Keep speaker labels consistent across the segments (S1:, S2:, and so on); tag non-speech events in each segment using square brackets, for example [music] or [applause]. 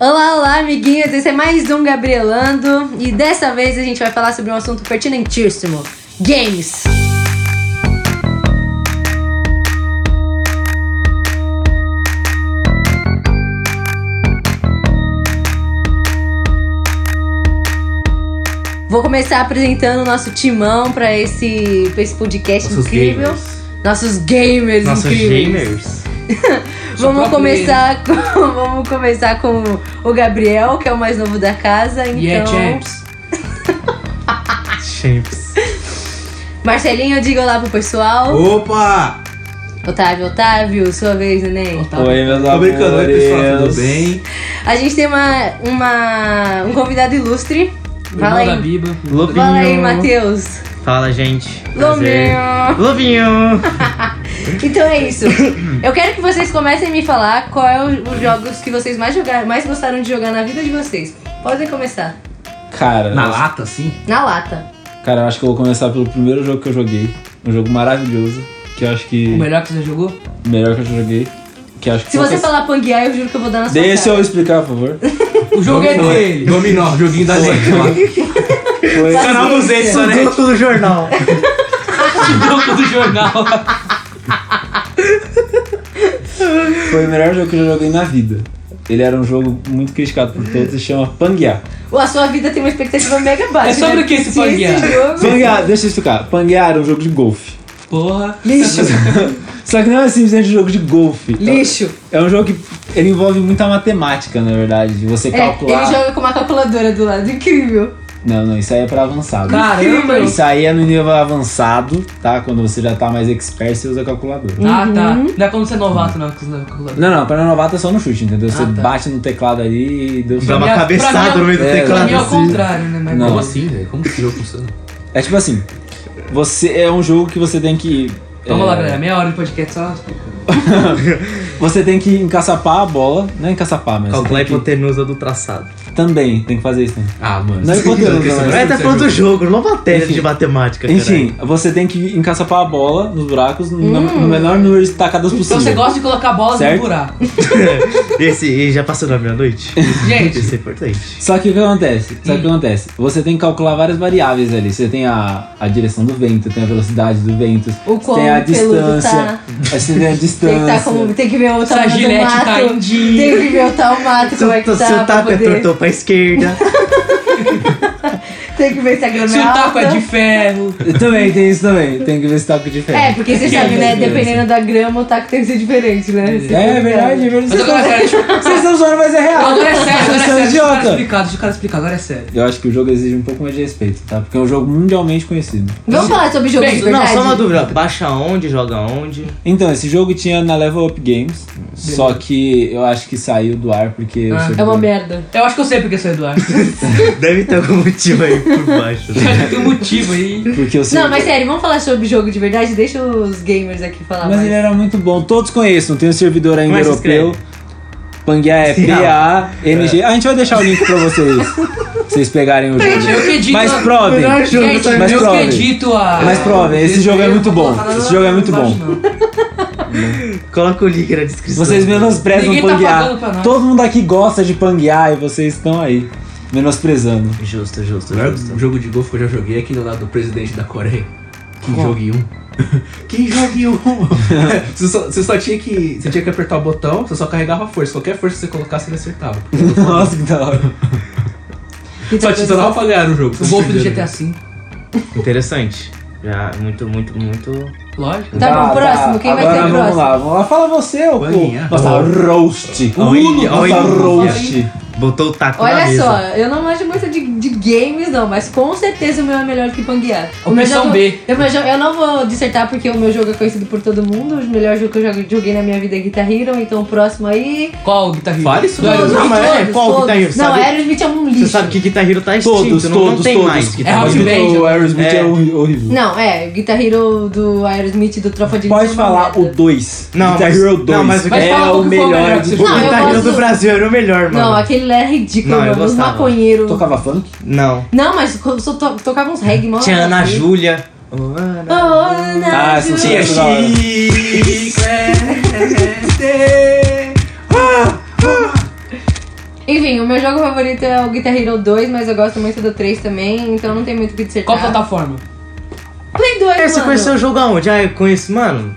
S1: Olá, olá, amiguinhos! Esse é mais um Gabrielando e dessa vez a gente vai falar sobre um assunto pertinentíssimo: games. Vou começar apresentando o nosso timão para esse, pra esse podcast
S2: Nossos
S1: incrível.
S2: gamers.
S1: Nossos gamers
S2: Nossos
S1: incríveis.
S2: gamers. Sou
S1: Vamos
S2: próprio
S1: começar, com, [laughs] vamos começar com o Gabriel, que é o mais novo da casa. Então,
S3: é
S2: Yeah, é, champs. champs.
S1: Marcelinho, diga olá pro pessoal.
S4: Opa!
S1: Otávio, Otávio, sua vez, neném.
S3: Oi, meus
S4: Tô brincando, oi pessoal,
S3: amores.
S4: tudo bem?
S1: A gente tem uma, uma, um convidado ilustre. Fala
S2: Irmão
S1: aí,
S2: da Biba.
S3: Lobinho.
S1: fala aí, Matheus.
S3: Fala, gente. Prazer.
S1: Lominho.
S3: Lobinho.
S1: Então é
S3: [coughs]
S1: isso. Eu quero que vocês comecem a me falar qual é o- os jogos que vocês mais, jogaram, mais gostaram de jogar na vida de vocês. Podem começar.
S3: Cara,
S2: Na
S3: eu-
S2: lata, assim?
S1: Na lata.
S3: cara, eu acho que eu vou começar pelo primeiro jogo que eu joguei. Um jogo maravilhoso, que eu acho que...
S2: O melhor que você jogou?
S3: o melhor que eu joguei. Que eu acho que
S1: Se você
S3: poucas-
S1: falar panguear, eu juro que eu vou dar na sua
S3: Deixa
S1: cara.
S3: eu explicar,
S1: [laughs]
S3: por favor.
S2: O jogo é dele.
S4: Dominó, joguinho da gente [laughs] lá.
S3: Foi...
S4: Canal dos Entes, só né?
S3: do jornal.
S2: jogo do jornal.
S3: Foi o melhor jogo que eu já joguei na vida. Ele era um jogo muito criticado por todos e chama Panguear.
S1: A sua vida tem uma expectativa mega baixa.
S2: É sobre
S1: né?
S2: o que esse
S1: Se
S2: Panguear?
S1: jogo-
S3: Panguear, deixa eu explicar. Panguear era um jogo de golfe.
S2: Porra.
S3: Lixo! [laughs] Só que não é simplesmente um jogo de golfe.
S1: Lixo.
S3: É um jogo que ele envolve muita matemática, na verdade. De você
S1: É,
S3: calcular.
S1: ele joga com uma calculadora do lado. Incrível.
S3: Não, não, isso aí é pra avançado.
S2: Caramba.
S3: Isso aí é no nível avançado, tá? Quando você já tá mais expert, você usa calculador.
S2: Ah, tá. Não é como ser novato, não. que você não calcula.
S3: Não, não, pra novato é só no chute, entendeu? Você
S2: Ah, tá.
S3: bate no teclado ali e deu
S4: Dá
S3: certo.
S4: uma
S2: Pra
S4: cabeçada
S2: mim-
S4: no meio do
S3: é,
S2: Pra
S4: teclado.
S2: mim é o
S4: assim.
S2: contrário, né? Mas
S3: Não.
S2: como
S4: Como
S2: assim?
S4: assim, velho? Como que esse jogo funciona?
S3: É tipo assim, você é um jogo que você tem que.
S2: Vamos
S3: é,
S2: lá, galera. Meia hora de podcast só.
S3: Você tem que encaçapar a bola. Não é encaçapar, mas.
S4: Calcular a
S3: você tem
S4: hipotenusa do traçado.
S3: que- Também, tem que fazer isso também.
S4: Ah, mano. [laughs]
S3: Não é hipotenusa, mas-
S4: É, tá falando do jogo, não matéria
S3: Enfim.
S4: de matemática,
S3: Enfim, você tem que encaçapar a bola nos buracos no, no menor número de tacadas
S2: Hum. Então
S3: possível.
S2: você gosta de colocar bolas no
S3: Certo.
S2: buraco.
S4: caralho. Esse e já passou da meia-noite?
S2: Gente,
S4: Isso é importante.
S3: Só que o que acontece? Só que o
S1: Hum.
S3: que acontece? Você tem que calcular várias variáveis ali. Você tem a, a direção do vento, tem a velocidade do vento,
S1: O quão
S3: tem a
S1: peludo tá.
S3: distância. Você tem
S1: [laughs]
S3: a
S1: Tem que, tá
S3: distância.
S1: com, tem que ver o
S2: essa
S1: tamanho do
S2: gilete
S1: mato.
S2: tá em
S1: Tem
S2: dia.
S1: que ver o tal mato, como é que
S4: Seu
S1: tá.
S4: seu
S1: pra
S4: tapa é
S1: poder-
S4: tortou pra esquerda.
S1: [laughs] Tem que ver se a grama
S2: [laughs] Se o
S1: é
S2: taco é
S1: alta.
S2: de ferro.
S3: Também tem isso também. Tem que ver se tá com
S1: É,
S3: diferença.
S1: porque você
S2: Que
S1: sabe, né?
S2: diferença.
S1: Dependendo da grama, o taco tem que ser diferente, né? Você tá
S3: é
S1: ligado?
S3: verdade, é verdade.
S2: Mas agora é sério. deixa eu-
S3: Vocês estão zoando, mas é real.
S2: Agora é sério, agora é
S3: Vocês são
S2: sério. Deixa o cara
S3: idiota.
S2: explicar, deixa o cara explicar. Agora é sério.
S3: Eu acho que o jogo exige um pouco mais de respeito, tá? Porque é um jogo mundialmente conhecido.
S1: Vamos falar sobre jogos
S2: Bem,
S1: de verdade?
S4: dúvida. Baixa onde, joga onde?
S3: Então, esse jogo tinha na Level Up Games, só que eu acho que saiu do ar porque o
S2: Ah.
S3: servidor-
S1: É uma merda.
S2: Eu acho que eu sei porque sou Eduardo. [laughs]
S4: Deve ter algum motivo aí por baixo. né?
S2: Eu [laughs] acho que tem um motivo aí.
S3: Porque o
S1: Não,
S3: servidor-
S1: mas sério, vamos falar sobre jogo de verdade? Deixa os gamers aqui falar
S3: Mas
S1: mais.
S3: ele
S2: é
S3: era muito bom. Todos conheçam, tem um servidor ainda
S4: Como é que se
S3: europeu. Panguear é
S4: Sim,
S3: P-A-N-G. A gente vai deixar o link pra vocês. pra vocês pegarem o jogo.
S2: Eu acredito.
S3: Mas provem.
S4: Melhor jogo,
S2: Gente,
S4: tá?
S3: Mas
S2: eu
S3: provem.
S2: acredito a.
S3: Mas provem, esse jogo é muito bom.
S2: Não, não,
S3: Esse jogo é muito
S2: não,
S3: bom.
S2: não, não.
S4: Coloca o link na descrição.
S3: Vocês menosprezam
S2: Ninguém tá
S3: Panguear.
S2: pagando pra nós.
S3: Todo mundo aqui gosta de Panguear e vocês estão aí menosprezando. [laughs]
S4: Justo, justo,
S5: O melhor
S4: justo.
S5: jogo de golfe que eu já joguei é aquele lá do presidente da Coreia. Kim
S3: Qual?
S5: Jong-un. [laughs] Kim Jong-un! você, só, você só tinha que. Você tinha que apertar o botão, você só carregava a força. Qualquer força que você colocasse, ele acertava.
S3: Nossa, que da hora.
S1: Então,
S5: Só te dava pra ganhar o jogo.
S2: O golpe do GTA V.
S4: Interessante. Já, muito, muito, muito.
S2: Lógico.
S1: Tá bom, próximo, quem vai ter
S3: agora vamos
S1: próximo?
S3: lá, vamos lá. Fala você, ô
S5: Panguear.
S3: pô. Nossa, roast.
S4: Olha,
S3: Nossa,
S4: olha.
S3: roast.
S4: Botou o taco na
S1: Olha
S4: mesa.
S1: só, eu não manjo muito de, de games, não, mas com certeza o meu é melhor que Panguear. O meu
S2: Opção
S1: jogo-
S2: B.
S1: Eu, meu jogo- eu não vou dissertar porque o meu jogo é conhecido por todo mundo. O melhor jogo que eu jogo- joguei na minha vida é Guitar Hero, então o próximo aí.
S2: Qual guitarrista?
S5: Fala isso,
S2: Não,
S5: velho.
S4: não, mas é,
S1: todos,
S4: qual
S1: todos.
S4: Guitar Hero,
S1: Não,
S4: sabe?
S1: Aerosmith é um lixo.
S4: Você sabe que Guitar Hero tá extinto,
S3: Todos,
S4: não,
S3: todos,
S4: não tem
S3: todos.
S4: mais tá
S2: É
S4: Guitar
S2: House
S4: Hero.
S2: Band.
S3: Mas o Aerosmith
S4: É.
S3: é horri- horrível.
S1: Não, é, Guitar Hero do Aerosmith do Tropa de
S3: Pode
S1: Elite é uma
S3: falar o
S1: merda.
S3: 2.
S4: Não,
S3: Guitar
S4: mas-
S3: Hero
S4: não,
S3: 2
S4: mas o
S2: Mas
S3: é
S2: fala qual
S3: o
S2: que foi o melhor
S3: melhor
S2: que
S3: de
S2: você
S1: Não,
S4: O
S1: eu
S4: Guitar Hero
S1: gosto-
S4: do Brasil era o melhor, mano.
S1: Não, aquele lá é ridículo,
S4: Não, eu
S1: mano. Os
S4: gostava.
S1: maconheiros.
S3: Tocava funk?
S4: Não.
S1: Não, mas co- só to- tocava uns reggae, mano.
S4: Tinha Ana Júlia.
S1: Oh, Ana
S3: Ah, essa
S1: Júlia.
S3: música é da hora.
S1: Enfim, o meu jogo favorito é o Guitar Hero 2, mas eu gosto muito do 3 também, então não tem muito o que dissertar.
S2: Qual plataforma?
S1: Play 2,
S4: É,
S1: mano.
S4: você conheceu o jogo aonde? Ah, eu conheço, mano.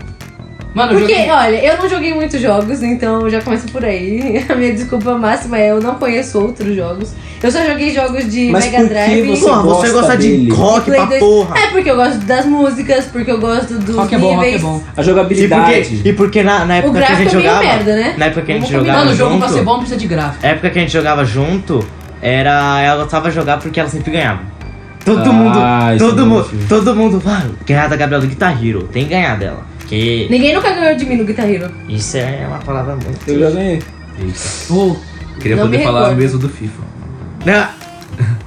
S2: Mano, eu
S1: Porque,
S2: joguei.
S1: olha, eu não joguei muitos jogos, então já começa por aí. [laughs] A minha desculpa máxima é eu não conheço outros jogos. Eu só joguei jogos de
S6: Mas
S1: Mega
S6: por que
S1: Drive.
S6: Você
S4: Porra, você
S6: gosta
S4: gosta de
S6: dele.
S4: rock
S1: Play
S4: pra
S1: 2.
S4: porra.
S1: É porque eu gosto das músicas, porque eu gosto dos
S2: Rock é bom, rock
S1: níveis.
S2: é bom.
S6: A
S4: E
S6: jogabilidade.
S4: porque, e porque na, na época que a
S1: gráfico
S4: gente
S1: é meio
S4: jogava.
S1: merda, né?
S4: Na época que a gente
S2: Vamos combinar,
S4: jogava.
S2: o
S6: né?
S2: jogo pra
S4: junto,
S2: ser bom precisa de gráfico.
S4: A época que a gente jogava junto, era. Ela gostava de jogar porque ela sempre ganhava. Todo
S6: Ah,
S4: mundo.
S6: isso é
S4: Todo mundo.
S6: bom,
S4: Todo mundo. Mano, ganhar da Gabriela do Guitar Hero. Tem que ganhar dela. Porque
S1: Ninguém nunca ganhou de mim no Guitar Hero.
S4: isso é uma palavra muito.
S6: Eu já ganhei.
S2: Ou
S5: Queria
S1: Não
S5: poder
S1: me
S5: falar o
S1: recordo.
S5: mesmo do FIFA.
S4: Não.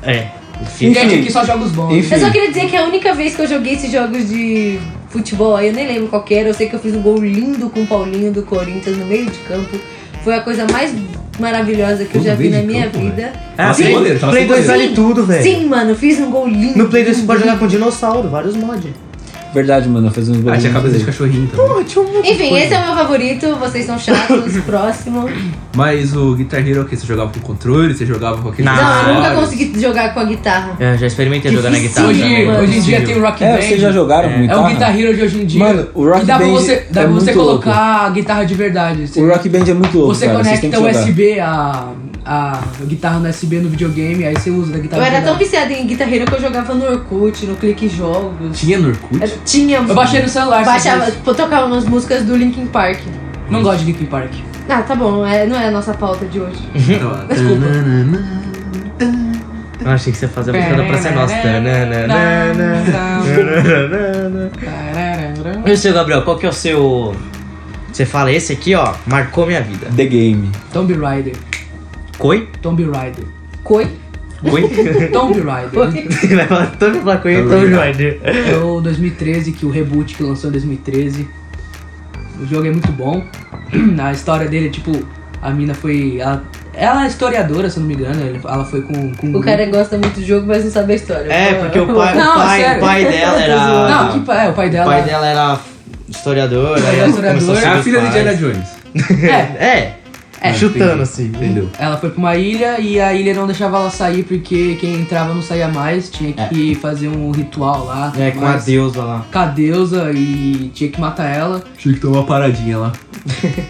S4: É. enfim.
S2: Gente, aqui só jogos bons.
S6: Enfim.
S1: Eu só queria dizer que a única vez que eu joguei esses jogos de futebol, aí eu nem lembro qual que era, eu sei que eu fiz um gol lindo com o Paulinho do Corinthians no meio de campo. Foi a coisa mais maravilhosa que eu
S5: Todo
S1: já vi
S5: meio
S1: na
S5: de
S1: minha
S5: campo, né?
S1: vida.
S4: Ah,
S5: sem
S4: Play,
S5: goleiro, tava
S4: Play
S5: sem
S4: 2
S1: goleiro.
S4: vale tudo, velho.
S1: Sim, mano, eu fiz um gol lindo.
S4: No Play 2 você pode jogar com dinossauro, vários mods.
S6: Verdade, mano, eu fiz uns
S5: Ah, tinha
S3: Uhum.
S5: cabeça de cachorrinho também.
S1: Enfim, esse é o meu favorito, vocês são chatos,
S4: [laughs]
S1: próximo.
S5: Mas o Guitar Hero, o que? Você jogava com controle? Você jogava com aquele...
S4: Não,
S1: Não, eu nunca
S5: vários?
S1: consegui jogar com a guitarra.
S4: Eu já experimentei jogar na guitarra.
S1: Dificílimo,
S2: Tá, Hoje,
S4: também,
S1: mano.
S2: hoje em dia tem o Rock
S6: É,
S2: Band.
S6: vocês já jogaram tá? com
S2: É o
S6: guitarra?
S2: Guitar Hero de hoje em dia.
S6: Mano, o Rock
S2: e dá pra
S6: Band
S2: você, dá
S6: é
S2: pra você
S6: muito louco.
S2: colocar a guitarra de verdade. assim.
S6: O Rock Band é muito louco,
S2: Você
S6: cara. vocês têm que
S2: conecta o
S6: jogar.
S2: USB, a, a guitarra no USB no videogame, aí você usa da
S1: Eu
S2: guitarra. de
S1: era tão
S2: verdade.
S1: viciada em Guitar Hero que eu jogava no Orkut, no Clique Jogos.
S5: Tinha no Orkut?
S1: Eu tinha.
S2: Eu baixei no celular.
S1: Baixava,
S2: sabe?
S1: pô, tocava umas músicas do Linkin Park.
S2: Não gosto de Linkin Park.
S1: Ah, tá bom, é- não é a nossa pauta de hoje.
S5: Não, Desculpa.
S4: Eu achei que você ia fazer a música da Praça é Nossa. né, E o seu, Gabriel, qual que é o seu... Você fala, esse aqui, ó, marcou minha vida.
S6: The Game.
S2: Tomb Raider.
S4: Coi?
S2: Tomb Raider.
S1: Coi?
S4: Coi?
S2: Tomb Raider.
S1: Coi?
S4: [laughs] Vai falar todo pra coi, então Jorge.
S2: É o 2013, que o reboot que lançou em 2013. O jogo é muito bom. [clears throat] A história dele é tipo. A mina foi. Ela, ela é historiadora, se eu não me engano. ele- Ela foi com. com
S1: O cara gosta muito do jogo, mas não sabe a história.
S4: Uhum. É, porque o pai,
S2: Não,
S4: o pai,
S2: sério.
S4: o pai dela era...
S2: Não, que pa- é, o pai
S4: Ah. O
S2: dela.
S4: pai dela era historiador. aí ela
S2: historiador.
S4: começou
S5: É
S4: seguir
S5: a
S4: os
S5: filha de
S4: pais.
S5: Indiana Jones.
S2: É,
S4: É,
S2: É,
S4: chutando assim.
S5: Entendeu?
S2: ela foi pra uma ilha e a ilha não deixava ela sair porque quem entrava não saía mais. Tinha que fazer um ritual lá.
S4: É, com a
S2: mas-
S4: deusa lá.
S2: Com a deusa e tinha que matar ela.
S5: Tinha que tomar uma paradinha lá.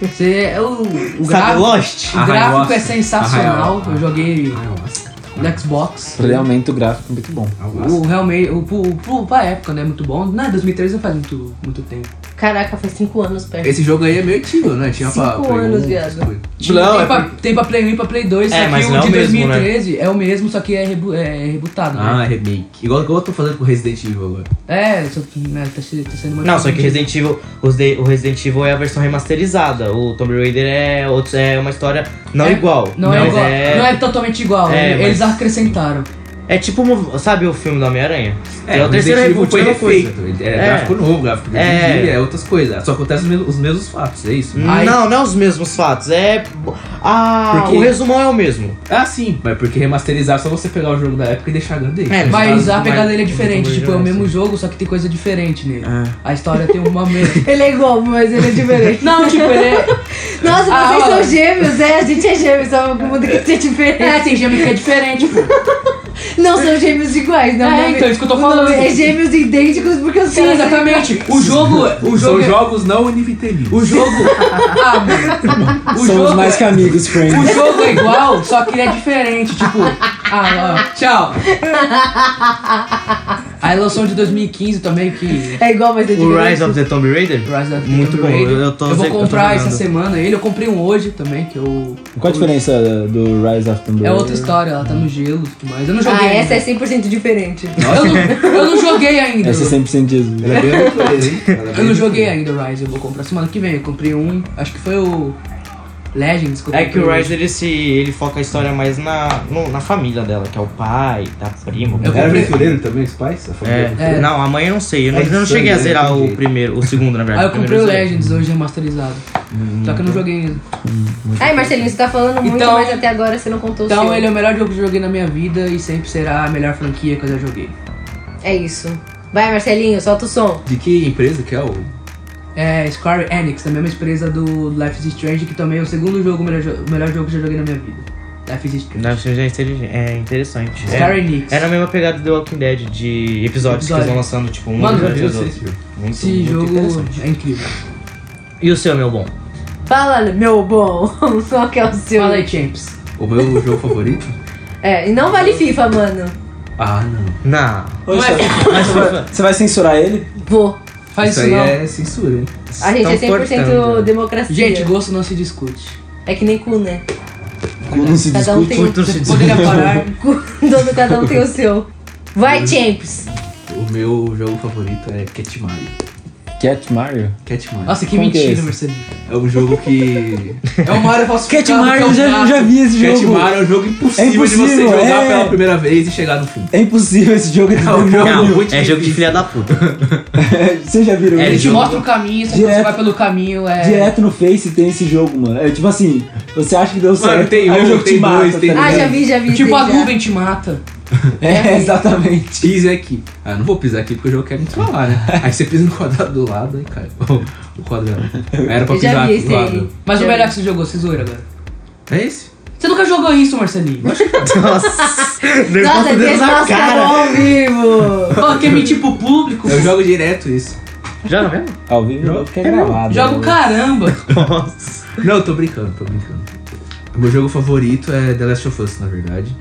S2: Você, é o, o
S4: Sabe
S2: gráfico,
S4: Lost?
S2: o gráfico é
S5: Ayahuasca.
S2: sensacional. Eu
S5: Ayahuasca.
S2: joguei
S5: Nossa.
S2: no Xbox.
S6: Realmente o gráfico é muito bom.
S2: O realmente, o, pro, pro, pra época, né? Muito bom. Não, 2013 não faz muito, muito tempo.
S1: Caraca, faz 5 anos perto.
S5: Esse jogo aí é meio antigo, né? Tinha pra...
S1: Cinco
S5: pra-
S1: anos,
S5: um-
S1: viado.
S2: Tinha-
S5: Não,
S2: tem,
S5: é
S2: pra, tem pra Play 1 e pra Play 2,
S4: É,
S2: só
S4: mas
S2: que
S4: não
S2: o
S4: é
S2: de
S4: o mesmo, né?
S2: 2013 é o mesmo, só que é, rebu, é rebutado, né?
S5: Ah, remake. Igual que eu tô fazendo com Resident Evil agora.
S2: É, só que né, tá, se- tá sendo muito
S4: Não, só que Resident Evil, os de- o Resident Evil é a versão remasterizada. O Tomb Raider é, outro, é uma história não
S2: É,
S4: igual.
S2: Não, é
S4: mas
S2: igual, não é totalmente igual,
S4: É,
S2: né? eles
S4: mas-
S2: acrescentaram.
S4: É tipo, um- sabe o filme do Homem-Aranha? o
S5: o
S4: terceiro
S5: Resident Evil
S4: reboot, é uma coisa.
S5: refeito. É,
S4: É.
S5: gráfico novo, gráfico de hoje
S4: É.
S5: em dia, é outras coisas. Só acontecem os mesmos, os mesmos fatos, é isso?
S2: Ai.
S4: Não, não é os mesmos fatos, é... Ah,
S5: Porque-
S4: o resumão é o mesmo.
S5: Ah, sim, mas porque remasterizar é só você pegar o jogo da época e deixar HD.
S4: É,
S5: Os
S2: Mas
S5: caras
S2: a
S5: mais-
S2: pegada dele é diferente,
S4: mais
S2: tipo, é o
S4: diverso.
S2: mesmo jogo, só que tem coisa diferente nele. A história tem uma mesma.
S1: Ele é igual, mas ele é
S4: [laughs]
S1: diferente.
S2: Não, tipo, ele é.
S1: Nossa, vocês
S2: Ah,
S1: são
S2: olha.
S1: gêmeos, é? A gente é gêmeos, só muda que a gente é
S2: É,
S1: diferente.
S2: tem gêmeo que é diferente, pô.
S1: Não são gêmeos iguais, não.
S2: É,
S1: o nome-
S2: então, isso que eu tô
S1: o nome
S2: falando.
S1: É gêmeos idênticos porque assim. os
S2: Sim,
S1: caras são
S2: exatamente. O jogo. O jogo
S5: São
S2: é-
S5: jogos não univitelinos.
S2: O jogo. Ah,
S6: [laughs]
S2: o
S6: Somos
S2: jogo
S6: mais que
S2: é...
S6: amigos,
S2: O
S6: friends.
S2: jogo é igual, só que ele é diferente. Tipo, ah, ó, tchau. Aí lançou um de 2015 também que.
S1: É igual, mas é
S4: O
S1: diferente.
S4: Rise of the Tomb Raider?
S2: Rise of the
S4: Muito
S2: Tomb
S4: bom,
S2: Raider.
S4: eu tô...
S2: eu vou
S4: eu tô
S2: comprar
S4: jogando.
S2: essa semana ele. Eu comprei um hoje também, que eu.
S6: Qual a diferença do Rise of Tomb
S2: É
S6: Raider?
S2: outra história, ela tá no gelo e tudo mais. Eu não joguei.
S1: Ah,
S2: ainda.
S1: essa é 100% diferente.
S2: eu, não, eu não joguei ainda.
S6: Essa é 100% Jesus.
S5: Ela [laughs] é bem univitelinos, hein? Ela é
S2: Eu
S5: bem
S2: não joguei
S5: univitelinos.
S2: ainda o Rise, eu vou comprar semana que vem. Eu comprei um, acho que foi o Legends que eu
S4: É
S2: comprei.
S4: que o Rise, ele, se, ele foca a história mais na, no- na família dela, que é o pai, da prima.
S2: Eu
S5: Era
S2: comprei-
S5: aventureiro também, os pais? A família
S4: É.
S5: aventureira?
S4: Não, amanhã eu não sei. Eu não,
S5: É
S4: eu não
S5: isso aí,
S4: cheguei a
S5: né?
S4: zerar o
S5: Entendi.
S4: primeiro, o segundo, na
S2: Aí
S4: verdade.
S2: Ah, eu
S4: o
S2: comprei
S4: primeiro
S2: o
S4: eu zerei.
S2: Legends hoje remasterizado.
S4: Hum,
S2: Só que eu não joguei ainda.
S1: Ai, Marcelinho, você tá falando muito,
S2: Então-
S1: mas até agora você não contou o
S2: Então
S1: seu.
S2: ele é o melhor jogo que eu joguei na minha vida e sempre será a melhor franquia que eu já joguei.
S1: É isso. Vai, Marcelinho, solta o som.
S5: De que empresa que é o...
S2: É Square Enix, da mesma empresa do Life is Strange, que também é o segundo jogo, o melhor, jo- o melhor jogo que eu já joguei na minha vida. Life is Strange.
S4: Não, isso já é inteligente- é interessante.
S2: Square
S4: É-
S2: Enix.
S4: É, na mesma pegada do Walking Dead, de episódios que eles vão
S2: Episódio.
S4: lançando, tipo, um
S2: Mano,
S4: atrás
S2: meu
S4: do
S5: Deus,
S4: outro. Muito,
S2: Esse
S4: muito
S2: jogo
S4: interessante.
S2: é incrível.
S4: E o seu, meu bom?
S1: Fala, meu bom, [laughs] qual que é o seu?
S2: Fala aí, Champs.
S5: O meu jogo favorito?
S1: É, e não vale FIFA, mano.
S5: Ah, não.
S4: Não.
S6: Ô,
S2: Não é
S6: Gustavo, você, vai, você vai censurar ele?
S1: Vou.
S2: Faz isso,
S5: aí
S2: não.
S5: é censura, hein?
S1: A gente
S4: Tão
S1: é 100%
S4: cortando.
S1: democracia.
S2: Gente, gosto não
S4: [laughs]
S2: se discute.
S1: É que nem cu, né? [laughs]
S6: Como não se
S1: Cada um
S6: discute?
S1: tem o
S4: [laughs] Muito se
S2: Poderia parar.
S1: cu, dono cada um tem o seu. Vai, Champs.
S5: O meu jogo favorito é Cat Mario.
S2: um.
S6: Cat Mario?
S5: Cat Mario.
S1: Assim.
S2: Nossa, que
S6: Como que é
S2: mentira,
S6: esse?
S2: Marcelinho.
S5: É um jogo
S1: [laughs]
S5: que.
S2: É uma área falsificada.
S6: Cat Mario, eu
S2: que é
S6: já,
S2: um
S6: eu já vi esse
S5: Cat
S6: jogo.
S5: Mario é um jogo impossível,
S6: É impossível,
S5: de você jogar
S6: é.
S5: pela primeira vez e chegar no fim.
S6: É impossível esse jogo de
S5: Não,
S6: demônio.
S5: não.
S4: Não,
S5: muito
S4: é jogo de
S5: difícil.
S4: filha da puta.
S6: [laughs] Vocês já viram
S2: É, Ele
S6: isso?
S2: te mostra o caminho, só que você
S6: Direto.
S2: vai pelo caminho, é...
S6: Direto no Face tem esse jogo, mano. É tipo assim, você acha que deu certo,
S5: tem
S6: aí
S5: um,
S6: o jogo
S5: tem
S6: te mata,
S5: dois,
S6: tá
S5: tem-
S1: Ah,
S6: ligado?
S1: já vi, já vi.
S2: Tipo,
S1: sei
S2: a
S1: já.
S2: nuvem te mata.
S6: É, exatamente.
S5: Pise aqui. Ah, não vou pisar aqui porque o jogo quer me trollar,
S1: [laughs]
S5: né? Aí você pisa no quadrado do lado e cai. [laughs] O, o quadrado. Era pra
S1: Eu já
S5: pisar
S1: vi
S5: aqui do
S1: esse aí.
S5: lado.
S2: Mas
S1: Já
S2: o melhor é
S1: vi.
S2: que você jogou, você zoeira agora.
S1: [laughs]
S5: É esse?
S2: Você nunca jogou isso,
S5: [laughs]
S2: Marcelinho.
S4: Nossa,
S1: Nossa,
S4: levanta o dedo
S1: ele
S4: na cara.
S1: ao vivo.
S2: Pô, quer é mentir pro público?
S5: Eu jogo direto isso.
S4: Já não é mesmo?
S6: Ao vivo não fica é gravado. né?
S2: Jogo
S6: cara.
S2: caramba.
S4: Nossa.
S5: Não, eu tô brincando, tô brincando. O meu jogo favorito é The Last of Us, na verdade.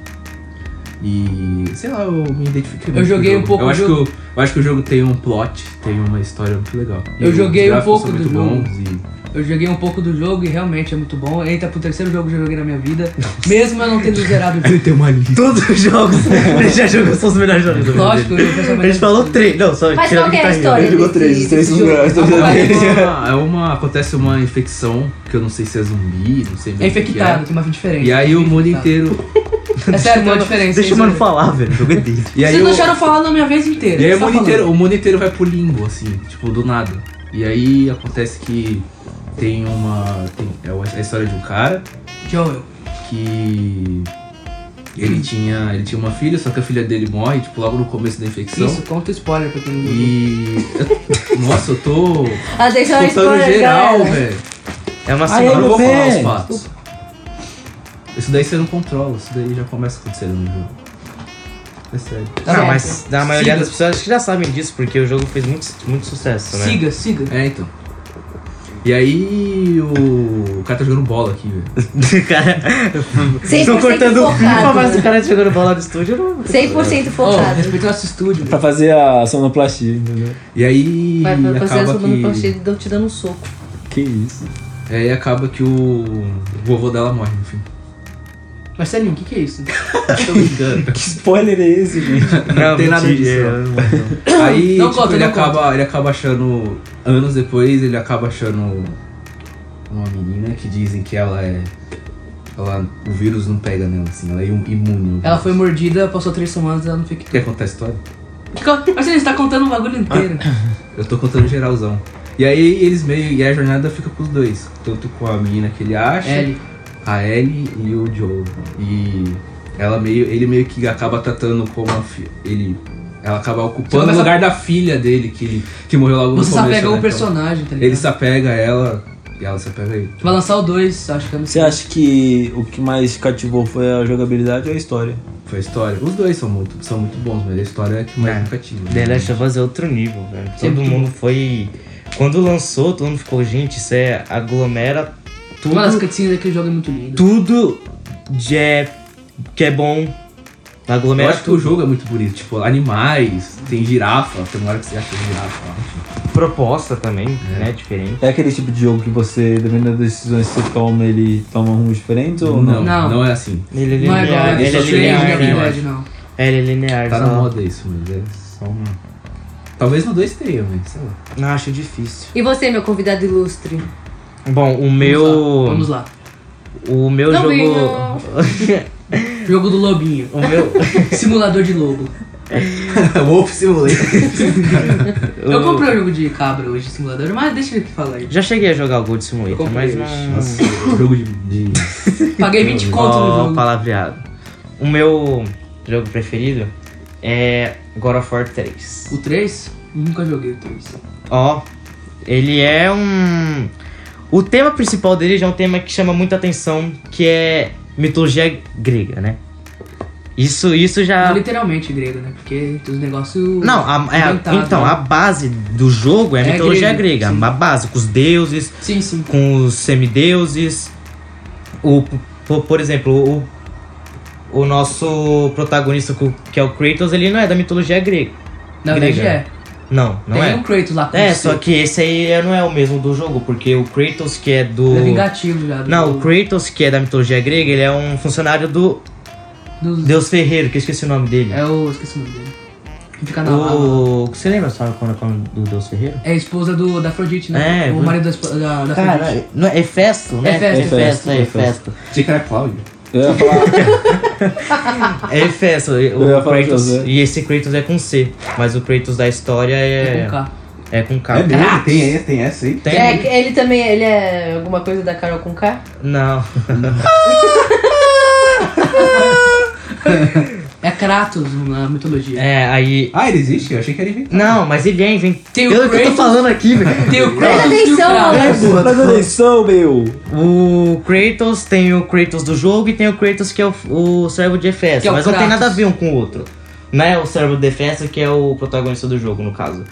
S5: E sei lá, eu me identifiquei muito. com o
S2: joguei um
S5: jogo.
S2: pouco
S5: eu
S2: do
S5: acho, que
S2: jogo.
S5: o, eu acho que o jogo tem um plot, tem uma história muito legal. E
S2: Eu joguei
S5: os
S2: um
S5: gráficos
S2: pouco
S5: são
S2: do jogo.
S5: muito bons e-
S2: Eu joguei um pouco do jogo e realmente é muito bom. Ele tá pro terceiro jogo que eu joguei na minha vida. Mesmo eu não tendo zerado o jogo.
S5: [laughs] Ele tem uma lista.
S4: Todos os [laughs] jogos, ele já jogou, são os melhores jogos do mundo.
S2: Lógico, eu
S4: A gente
S2: pessoalmente...
S4: falou três. Não, só
S1: Mas
S4: tirando
S1: qual que é a
S4: Guitar Hero.
S1: história?
S6: Ele jogou três, os três são [laughs] melhores. tô vendo.
S5: É uma, é uma- Acontece uma infecção, que eu não sei se é zumbi, não sei
S2: É
S5: bem o que que
S2: infectado, tem uma vida diferente.
S5: E aí o mundo
S2: Infectado.
S5: inteiro.
S2: É sério, tem uma diferença.
S4: Deixa o
S2: hein,
S4: mano
S2: sério.
S4: falar, velho. O jogo é dele.
S5: E aí
S2: Vocês
S5: o-
S2: deixaram eu falar na minha vez inteira.
S5: E aí
S2: Você
S5: o
S2: tá
S5: mundo,
S2: falando.
S5: inteiro, o mundo inteiro vai pro limbo, assim, tipo, do nada. E aí acontece que tem uma. tem- é uma- é a história de um cara
S2: Joel.
S5: que. Ele tinha, ele tinha uma filha, só que a filha dele morre, tipo, logo no começo da infecção.
S2: Isso, conta o spoiler pra quem não jogou.
S5: E. Nossa, eu tô.
S1: Atenção,
S5: Contando
S1: spoiler,
S5: geral,
S1: galera.
S5: velho.
S4: É uma
S6: Aí,
S5: Eu
S4: senhora.
S5: não vou
S6: meu
S5: falar os
S6: velho.
S5: fatos. Isso daí você não controla, isso daí já começa a acontecer no jogo. É sério.
S1: Tá
S4: Não, mas
S2: Certo.
S4: a maioria
S2: Siga.
S4: das pessoas acho que já sabem disso, porque o jogo fez muito, muito sucesso, né?
S2: Siga, siga.
S5: É, então. E aí o, o cara tá jogando bola aqui, velho.
S4: cara, estão
S1: 100%
S4: cortando o FIFA,
S1: focado.
S4: mas o cara jogando bola do estúdio. não-
S1: 100%
S2: Ô,
S1: focado.
S2: respeita o nosso estúdio. né?
S6: Pra fazer a sonoplastia, entendeu?
S5: E aí
S1: Vai, vai, vai,
S5: acaba
S1: vai,
S5: que.
S1: vai, te dando um soco.
S6: Que isso.
S5: E aí acaba que o, o vovô dela morre, no fim.
S2: Marcelinho, o que, que é isso?
S5: Tô brincando.
S6: Que spoiler é esse, gente?
S5: Não tem nada
S4: mentira,
S5: disso, né?
S4: eu não-
S5: Aí
S2: Não
S5: tipo,
S2: conta,
S5: ele,
S2: não
S5: acaba, ele acaba achando. Anos depois ele acaba achando uma menina que dizem que ela é. Ela, o vírus não pega nela, assim, ela é im- imune.
S2: Ela foi mordida, passou três semanas ela não fica.
S5: Quer contar a história?
S2: Marcelinho, você tá contando o bagulho inteiro.
S5: Eu tô contando geralzão. E aí eles meio. E a jornada fica pros dois. Tanto com a menina que ele
S4: Ah, é.
S5: acha,
S2: L.
S5: a Ellie e o Joe. E ela meio. Ele meio que acaba tratando como a fi, ele. Ela acaba
S2: Você
S5: ocupando o
S2: começa-
S5: lugar da filha dele, que, que morreu logo
S2: Você
S5: no
S2: só
S5: começo.
S2: pega
S5: né?
S2: o
S5: Então,
S2: personagem, tá ligado?
S5: Ele se apega a ela e ela se apega a ele.
S2: Vai lançar o 2, acho que é no
S6: Você acha que o que mais cativou foi a jogabilidade ou a história?
S5: Foi a história. Os dois são muito, são muito bons, mas a história é a que mais
S4: É.
S5: me cativa.
S4: The Last of Us é outro nível, velho.
S2: É
S4: Todo
S2: muito
S4: mundo foi. Quando lançou, todo mundo ficou, gente, isso é aglomera tudo.
S2: Uma das cutscenes daquele jogo é muito linda.
S4: Tudo de é, que é bom.
S5: Eu
S4: Aglomera
S5: acho que o
S4: tudo.
S5: jogo é muito bonito, tipo, animais, tem girafa, tem uma hora que você acha girafa, eu acho.
S4: Proposta também, né? Diferente.
S6: É aquele tipo de jogo que você, dependendo das decisões que você toma, ele toma rumos diferentes ou não?
S5: Não,
S2: Não.
S5: não, é assim.
S4: Ele é
S2: Não é igual
S4: linear.
S2: a
S4: ele é
S5: só tem
S4: linear,
S5: um
S4: né?
S5: jogo.
S2: Dead, não.
S4: É, Ele é linear.
S5: Tá
S4: só.
S5: na moda isso, mas é só uma. Talvez no 2 tenha, mas sei lá. [laughs]
S4: Não, acho difícil.
S1: E você, meu convidado ilustre?
S4: Bom, o
S2: Vamos
S4: meu.
S2: lá, Vamos lá.
S4: O meu
S1: Não,
S4: jogo.
S2: Jogo do Lobinho.
S4: O meu.
S2: [laughs] Simulador de lobo.
S5: Wolf Simulator.
S2: Eu comprei o jogo de cabra hoje, simulador, mas deixa ele falar aí.
S4: Já cheguei a jogar o Gold Simulator, mas
S2: comprei
S4: não.
S2: hoje.
S5: Nossa, [laughs] jogo de, de-
S2: Paguei 20 conto no
S4: Ó,
S2: jogo.
S4: palavreado. O meu jogo preferido é God of War 3.
S2: O 3? Nunca joguei o 3.
S4: Ó, ele é um. O tema principal dele já é um tema que chama muita atenção, que é mitologia grega, né? Isso, isso já.
S2: Não literalmente grego, né? Porque os negócios.
S4: É. Não, a- é a-
S2: inventados,
S4: então,
S2: né?
S4: a base do jogo é a
S2: É
S4: mitologia
S2: grego,
S4: grega.
S2: sim.
S4: A base, com os deuses,
S2: Sim, sim.
S4: com os semideuses. O, por, por exemplo, o, o nosso protagonista, co- que é o Kratos, ele não é da mitologia grega.
S2: Na verdade
S4: grega.
S2: é.
S4: Não, não
S2: Tem
S4: é.
S2: um Kratos lá com
S4: É,
S2: o
S4: só
S2: C.
S4: que esse aí é- não é o mesmo do jogo, porque o Kratos, que é do.
S2: Ele é vingativo já. do-
S4: Não, o Kratos, que é da mitologia grega, ele é um funcionário do
S2: dos-
S4: Deus Ferreiro, que eu esqueci o nome dele.
S2: É o. Esqueci o nome dele. Fica na lava.
S4: O... Você lembra só quando é o nome do Deus Ferreiro?
S2: É a esposa do, da Afrodite, né?
S4: É,
S2: o
S4: mas-
S2: marido da, espo- da, da Afrodite.
S4: Cara, não é Festo, né?
S2: Hefesto.
S4: Hefesto, é
S6: Hefesto.
S4: Festo.
S5: Achei que era Cláudio.
S6: Eu ia falar,
S4: É Hefesto,
S6: Eu ia
S4: o
S6: falar
S4: Kratos.
S6: José.
S4: E esse Kratos é com C, mas o Kratos da história é.
S2: É com K.
S4: É com K.
S5: É mesmo? Tem, é- tem essa aí?
S4: Tem-
S1: É, que ele também, ele é alguma coisa da Carol com K?
S4: Não.
S2: É Kratos na mitologia.
S4: É, aí.
S5: Ah, ele existe? Eu achei que era inventado.
S4: Não, mas ele é inventado.
S2: Tem o
S4: Eu, eu tô
S2: Kratos.
S4: falando aqui, velho.
S2: Tem o
S1: Presta
S2: Kratos e o
S1: atenção,
S2: Kratos.
S1: maluco.
S6: Presta atenção, meu!
S4: O Kratos tem o Kratos do jogo e tem o Kratos que é o, o servo de Hefesto.
S2: Que é o
S4: mas não tem
S2: Kratos.
S4: nada a ver um com o outro. Né? O servo de Hefesto que é o protagonista do jogo, no caso.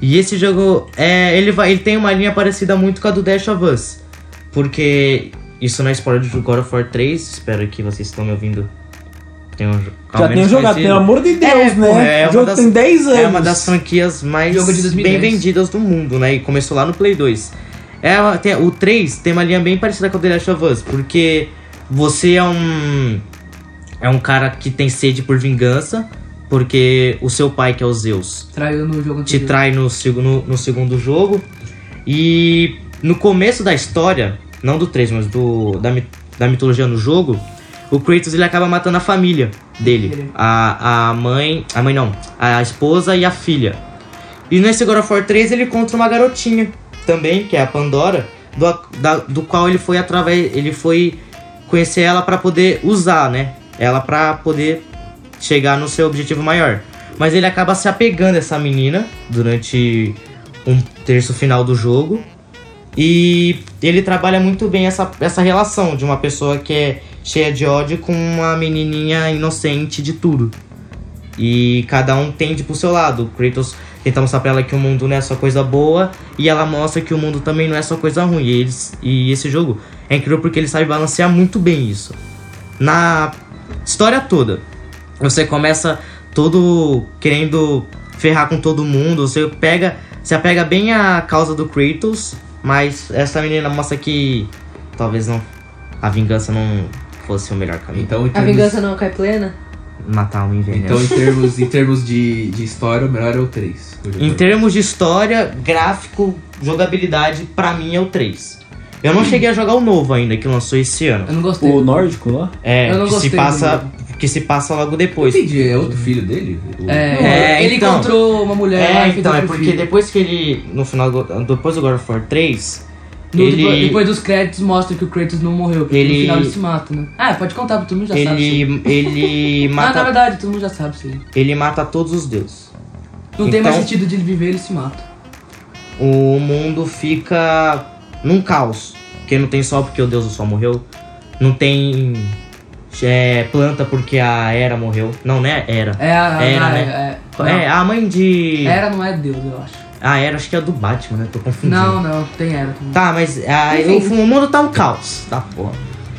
S4: E esse jogo, é, ele, vai, ele tem uma linha parecida muito com a do Dash of Us. Porque isso não é spoiler do God of War 3. Espero que vocês estão me ouvindo. Tenham, ao
S6: Já tenho
S4: menos
S3: assim.
S6: jogado,
S4: conhecido.
S6: pelo amor de Deus,
S4: É, porra,
S6: né?
S4: é
S6: o
S4: uma
S6: jogo
S4: das-
S6: tem 10 anos.
S4: É uma das franquias mais
S2: Jogo de 2010.
S4: bem vendidas do mundo, né? E começou lá no Play 2. Ela tem- o 3 tem uma linha bem parecida com o The Last of Us, porque você é um. É um cara que tem sede por vingança, porque o seu pai, que é o Zeus,
S2: Traiu no jogo
S4: te
S2: anterior.
S4: trai no, seg- no, no segundo jogo. E no começo da história, não do 3, mas do, da, mi- da mitologia no jogo, o Kratos ele acaba matando a família dele. A, a mãe. A mãe não. A esposa e a filha. E nesse God of War 3 ele encontra uma garotinha também, que é a Pandora, do, a- da- do qual ele foi através. Ele foi conhecer ela pra poder usar, né? Ela pra poder chegar no seu objetivo maior. Mas ele acaba se apegando a essa menina durante um terço final do jogo. E ele trabalha muito bem essa, essa relação de uma pessoa que é cheia de ódio com uma menininha inocente de tudo. E cada um tende pro seu lado. O Kratos tenta mostrar pra ela que o mundo não é só coisa boa, e ela mostra que o mundo também não é só coisa ruim. E, eles, e esse jogo é incrível porque ele sabe balancear muito bem isso. Na história toda, você começa todo querendo ferrar com todo mundo, você pega, se apega bem à causa do Kratos, mas essa menina mostra que talvez não a vingança não fosse o melhor caminho.
S5: Então, em
S1: A
S5: termos,
S1: vingança não cai plena?
S4: Matar um envenenado.
S5: então, em termos, em termos de, de história, o melhor é o 3.
S4: Em termos de história, gráfico, jogabilidade, pra mim é o 3. Eu não cheguei a jogar o novo ainda, que lançou esse ano.
S2: Hum. Eu não
S6: [laughs]
S2: gostei.
S6: O nórdico lá?
S4: É,
S2: Eu não
S4: que se
S2: gostei do
S4: passa. Que se passa logo depois.
S5: Entendi, é outro filho dele? O-
S2: É,
S4: É,
S2: ele
S4: então.
S2: encontrou uma mulher lá
S4: É,
S2: e fez
S4: então, é
S2: outro
S4: porque
S2: filho.
S4: depois que ele. No final do- Depois do God of War 3,
S2: No- depois-
S4: ele.
S2: Depois dos créditos mostra que o Kratos não morreu, porque no
S4: Ele-
S2: final ele se mata, né? Ah, pode contar, todo mundo já sabe. sim.
S4: Ele. Ele
S2: [laughs] Ah, na
S4: mata.
S2: verdade, todo mundo já sabe, sim.
S4: Ele mata todos os deuses.
S2: Não tem mais
S4: Então-
S2: sentido de ele viver, ele se mata.
S4: O mundo fica num caos. Porque não tem sol porque o deus do sol morreu. Não tem. é, planta porque a Era morreu. Não, né? Era.
S2: É a.
S4: Era,
S2: a-
S4: né?
S2: é- não.
S4: É, a mãe de.
S2: Era não é Deus, eu acho.
S4: Ah, era, acho que é do Batman, né? Tô confundindo.
S2: Não, não, tem Era também.
S4: Tá, mas ah, eu-
S1: Enfim.
S4: o mundo tá um caos, tá porra.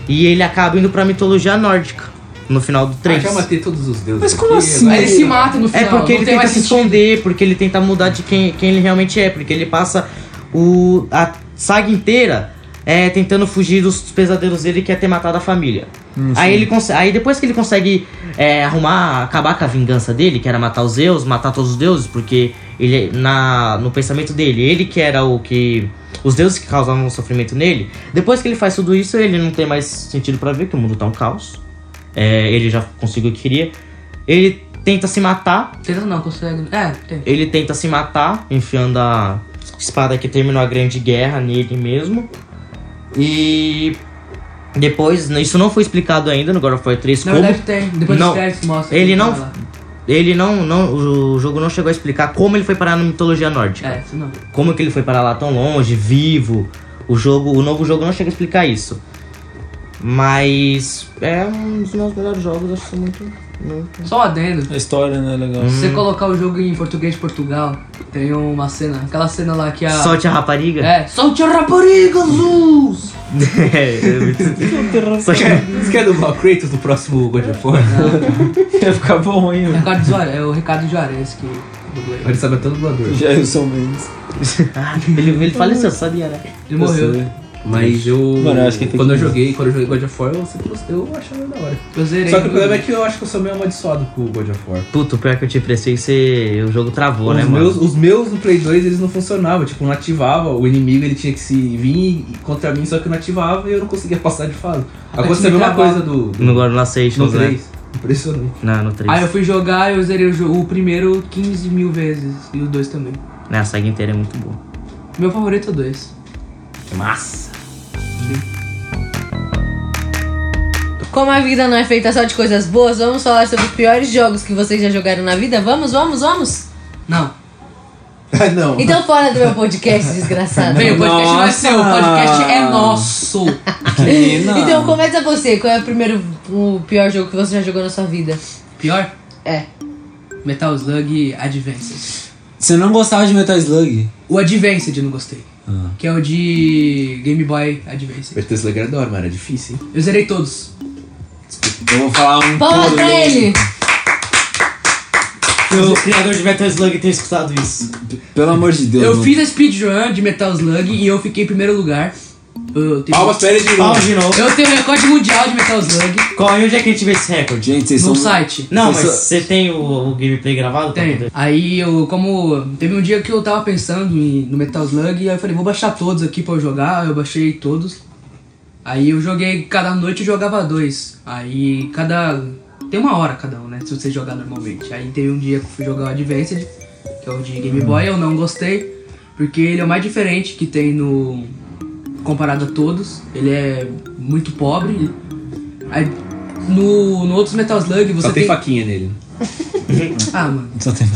S4: E ele acaba indo pra mitologia nórdica no final do
S5: Ah,
S4: 3.
S5: já matei todos os deuses.
S6: Mas como
S5: aqui,
S6: assim?
S5: agora-
S2: Aí ele se mata no
S4: É
S2: final.
S4: porque
S2: não
S4: ele
S2: tem
S4: tenta
S2: mais
S4: se
S2: sentido.
S4: esconder, porque ele tenta mudar de quem, quem ele realmente é, porque ele passa o, a saga inteira é, tentando fugir dos pesadelos dele que é ter matado a família. Aí, ele conse- aí depois que ele consegue é, arrumar, acabar com a vingança dele, que era matar os Zeus, matar todos os deuses, porque ele na no pensamento dele, ele que era o que os deuses que causavam o sofrimento nele. Depois que ele faz tudo isso, ele não tem mais sentido pra ver que o mundo tá um caos. É, ele já conseguiu o que queria. Ele tenta se matar,
S2: Tenta não, consegue. É, tem.
S4: ele tenta se matar, enfiando a espada que terminou a grande guerra nele mesmo. E depois, isso não foi explicado ainda no God of War 3
S2: Na
S4: como.
S2: verdade tem. Depois
S4: Não.
S2: dos créditos mostra.
S4: Ele
S2: que
S4: não-
S2: tá lá.
S4: Ele não, não. O jogo não chegou a explicar como ele foi parar na mitologia nórdica.
S2: É, isso não.
S4: Como que ele foi parar lá tão longe, vivo. O jogo, o novo jogo não chega a explicar isso. Mas é um dos meus melhores jogos, acho que sou muito. muito...
S2: Só um adendo.
S3: A história, né? Legal.
S5: Hum.
S2: [laughs] Se você colocar o jogo em português de Portugal, tem uma cena, aquela cena lá que a.
S4: Solte a rapariga?
S2: É, solte a rapariga, Zuz!
S4: [laughs] É, é muito- Só que
S5: Você quer dublar o Kratos no próximo God of War?
S3: Ia ficar bom, hein?
S2: É o Ricardo Juarez, é o Ricardo Juarez que dublou ele.
S5: Ele sabe até o dublador.
S3: Já eu sou menos.
S4: ele, ele faleceu, sabia, né?
S2: Ele morreu.
S5: Mas eu.
S3: Mano, eu acho que tem
S5: quando
S3: que-
S5: eu joguei, quando eu joguei God of War, eu, sempre gostei- eu achava da hora.
S2: Eu zerei.
S5: Só que o problema é que eu acho que eu sou meio amaldiçoado com o God of War.
S4: Puto, pior é que eu te prestei, você... o jogo travou, né,
S5: Os
S4: mano?
S5: meus, os meus no Play 2 eles não funcionavam, tipo, não ativava, o inimigo ele tinha que se vir contra mim, só que não ativava e eu não conseguia passar de fase. Aconteceu a
S2: tinha
S5: mesma
S2: travado.
S5: coisa do, do
S4: No Ah, God of Nations,
S5: no
S4: né?
S5: 3. Impressionante.
S4: Não, no 3.
S2: Aí eu fui jogar eu zerei o, jogo, o primeiro 15 mil vezes e o dois também.
S4: Né, a saga inteira é muito boa.
S2: Meu favorito é o 2.
S4: Massa!
S1: Como a vida não é feita só de coisas boas, vamos falar sobre os piores jogos que vocês já jogaram na vida? Vamos, vamos, vamos?
S2: Não.
S5: Ah, não.
S1: Então fora do meu
S2: [laughs]
S1: podcast, desgraçado.
S2: Bem, o podcast não é seu, o podcast é nosso.
S1: [laughs] Então começa você, qual é o primeiro o pior jogo que você já jogou na sua vida?
S2: Pior?
S1: É.
S2: Metal Slug Advanced.
S3: Você não gostava de Metal Slug?
S2: O Advanced eu não gostei. Que é o de Game Boy Advance.
S5: Metal Slug era é da hora, mas era difícil, hein?
S2: Eu zerei todos.
S3: Eu vou falar um
S1: Palmas
S3: todo
S1: pra ele!
S3: Pelo,
S4: O criador de Metal Slug tem escutado isso.
S3: pelo amor de Deus.
S2: Eu
S3: não-
S2: fiz a speedrun de Metal Slug e eu fiquei em primeiro lugar. Eu tenho,
S5: Palmas pra ele de novo.
S4: Fala de novo.
S2: eu tenho recorde mundial de Metal Slug
S4: Qual, e onde é que a gente vê esse recorde?
S3: Gente, vocês
S2: no
S3: são...
S2: site.
S4: Não, mas
S3: Isso-
S4: você tem o, o gameplay gravado? pra
S2: Tem.
S4: poder-
S2: É, Aí eu, como. Teve um dia que eu tava pensando em- no Metal Slug, e aí eu falei, vou baixar todos aqui pra eu jogar. Eu baixei todos. Aí eu joguei, cada noite eu jogava dois. Aí cada. Tem uma hora cada um, né? Se você jogar normalmente. Aí teve um dia que eu fui jogar o Advanced, que é o de
S5: Hum.
S2: Game Boy, eu não gostei, porque ele é o mais diferente que tem no. comparado a todos. Ele é muito pobre. Aí, no, no outros Metal Slug você
S5: Só
S2: tem.
S5: tem faquinha nele.
S2: Ah, mano.
S3: Só tem-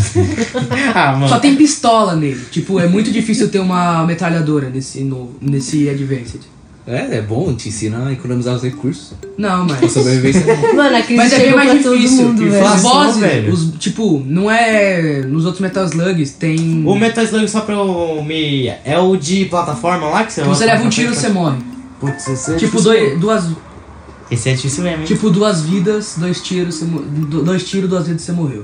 S4: Ah, mano.
S2: Só tem pistola nele. Tipo, é muito difícil ter uma metralhadora nesse novo, nesse Advanced.
S5: É, é bom, te ensina a economizar os recursos.
S2: Não, mas.
S5: A sobrevivência é bom.
S1: Mano, a crise
S2: Mas é bem
S1: chegou pra
S2: mais difícil.
S1: todo mundo, velho.
S4: Inflação,
S2: Os
S4: velho.
S2: bosses, os, tipo, não é. Nos outros Metal Slugs tem.
S4: O Metal Slug, só pra eu me... É o de plataforma lá que você...
S2: Você leva um tiro e você morre.
S4: Putz, esse é
S2: Tipo,
S4: difícil
S2: dois,
S4: mesmo.
S2: duas.
S4: Esse é difícil mesmo, hein?
S2: Tipo, duas vidas, dois tiros, você mo- do- dois tiros, duas vidas você morreu.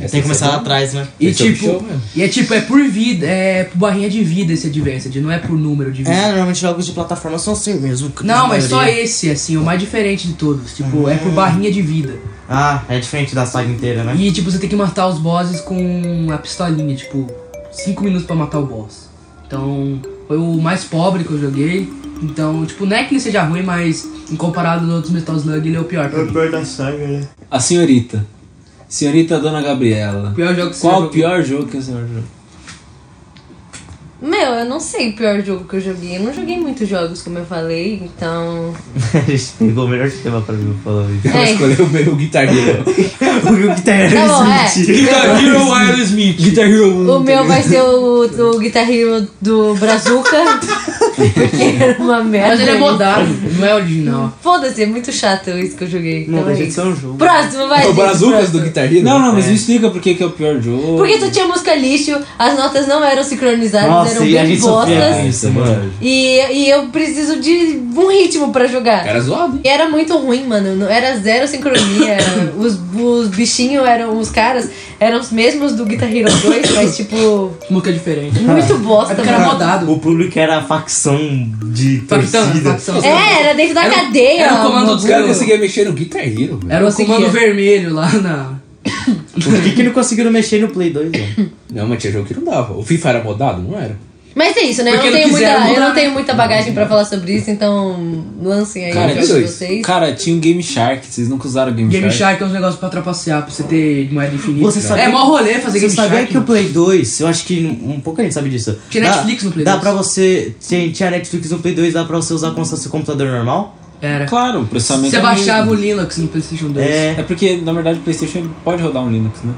S4: tem que começar lá atrás, né?
S2: E
S5: Esse é o
S2: tipo.
S5: show mesmo.
S2: e é tipo, é por vida, é por barrinha de vida esse Advanced, não é por número de vida.
S4: É, normalmente jogos de plataforma são assim mesmo. que
S2: Não,
S4: na
S2: mas só
S4: maioria.
S2: esse, assim, o mais diferente de todos. Tipo, é por barrinha de vida.
S4: Ah, é diferente da saga inteira, né?
S2: E tipo, você tem que matar os bosses com a pistolinha, tipo, 5 minutos pra matar o boss. Então, foi o mais pobre que eu joguei. Então, tipo, não é que ele seja ruim, mas em comparado aos outros Metal Slug, ele é o pior pra mim.
S4: da saga, né?
S3: A senhorita. Senhorita Dona Gabriela.
S2: O pior jogo que você
S3: Qual
S2: jogou?
S3: o pior jogo que a senhora jogou?
S1: Meu, eu não sei o pior jogo que eu joguei. Eu não joguei muitos jogos, como eu falei, então.
S4: A gente pegou o melhor tema pra mim falar isso.
S2: Então
S5: Ela
S1: É.
S5: escolheu o meu Guitar Hero.
S4: o Guitar
S1: Tá bom, é.
S3: [laughs]
S5: Guitar Hero Wireless Smith. Guitar
S2: um,
S5: Hero
S3: um.
S1: O meu vai ser o, o Guitar Hero do
S2: [laughs]
S1: Brazuca. porque era uma merda.
S2: Mas ele é modado, não é original.
S1: Foda-se, é muito chato isso que eu joguei.
S4: Não
S1: então
S4: deixa
S1: é
S4: de
S1: isso.
S4: ser um jogo.
S1: Próximo, vai.
S5: O
S1: gente,
S5: Brazucas
S1: próximo.
S5: do Guitar Hero? né?
S3: Não, não, mas me explica por que, que é o pior jogo.
S1: Porque tu tinha música lixo, as notas não eram sincronizadas,
S4: Nossa,
S1: eram
S4: e a
S1: bem
S4: gente sofria com
S1: bostas.
S4: É, isso, mano.
S1: E, e eu preciso de um ritmo pra jogar.
S5: É. Era zoado, hein?
S1: E era muito ruim, mano. Não- Era zero sincronia.
S4: [coughs]
S1: era- Os, os bichinhos eram. Os caras eram os mesmos do Guitar Hero 2, mas tipo.
S2: Música diferente.
S4: Ah.
S1: Muito
S2: É
S1: bosta,
S4: tá
S2: porque era
S1: mano.
S2: modado.
S4: O público era a facção de
S2: Facção,
S4: torcida.
S2: facção.
S1: É, era dentro da
S2: Era o-
S1: cadeia.
S2: era o
S1: mano.
S2: comando
S5: Os caras conseguiam mexer no Guitar Hero, velho.
S2: Era o
S1: Conseguia.
S4: é?
S2: comando vermelho lá na.
S4: Por que, que não conseguiram mexer no Play 2, velho?
S5: Não, mas tinha jogo que não dava. O FIFA era modado? Não era.
S1: Mas é isso, né? Eu
S2: Porque
S1: não,
S2: não
S1: tenho muita,
S2: quiseram
S1: eu
S2: mudar.
S1: não tenho muita bagagem pra falar sobre isso, então lancem aí
S3: Cara,
S1: pra
S3: é
S5: dois.
S1: vocês.
S3: Cara, tinha um Game Shark, vocês nunca usaram o Game,
S2: Game Shark é uns negócios pra trapacear, pra você ter moeda infinita.
S4: Você sabia-
S2: é mó rolê fazer
S4: Você
S2: Game
S4: sabia
S2: Shark.
S4: que o
S2: mano.
S4: Play 2, eu acho que um pouca gente sabe disso.
S2: Tinha
S4: Dá-
S2: Netflix no Play
S4: Dá
S2: 2.
S4: pra você. Tinha, tinha Netflix no Play 2, dá pra você usar como se fosse um computador normal?
S2: Era.
S3: Claro, o processamento
S2: Você
S3: é o mesmo.
S2: baixava o Linux no PlayStation 2.
S4: É.
S3: É porque, na verdade, o Playstation pode rodar um Linux, né?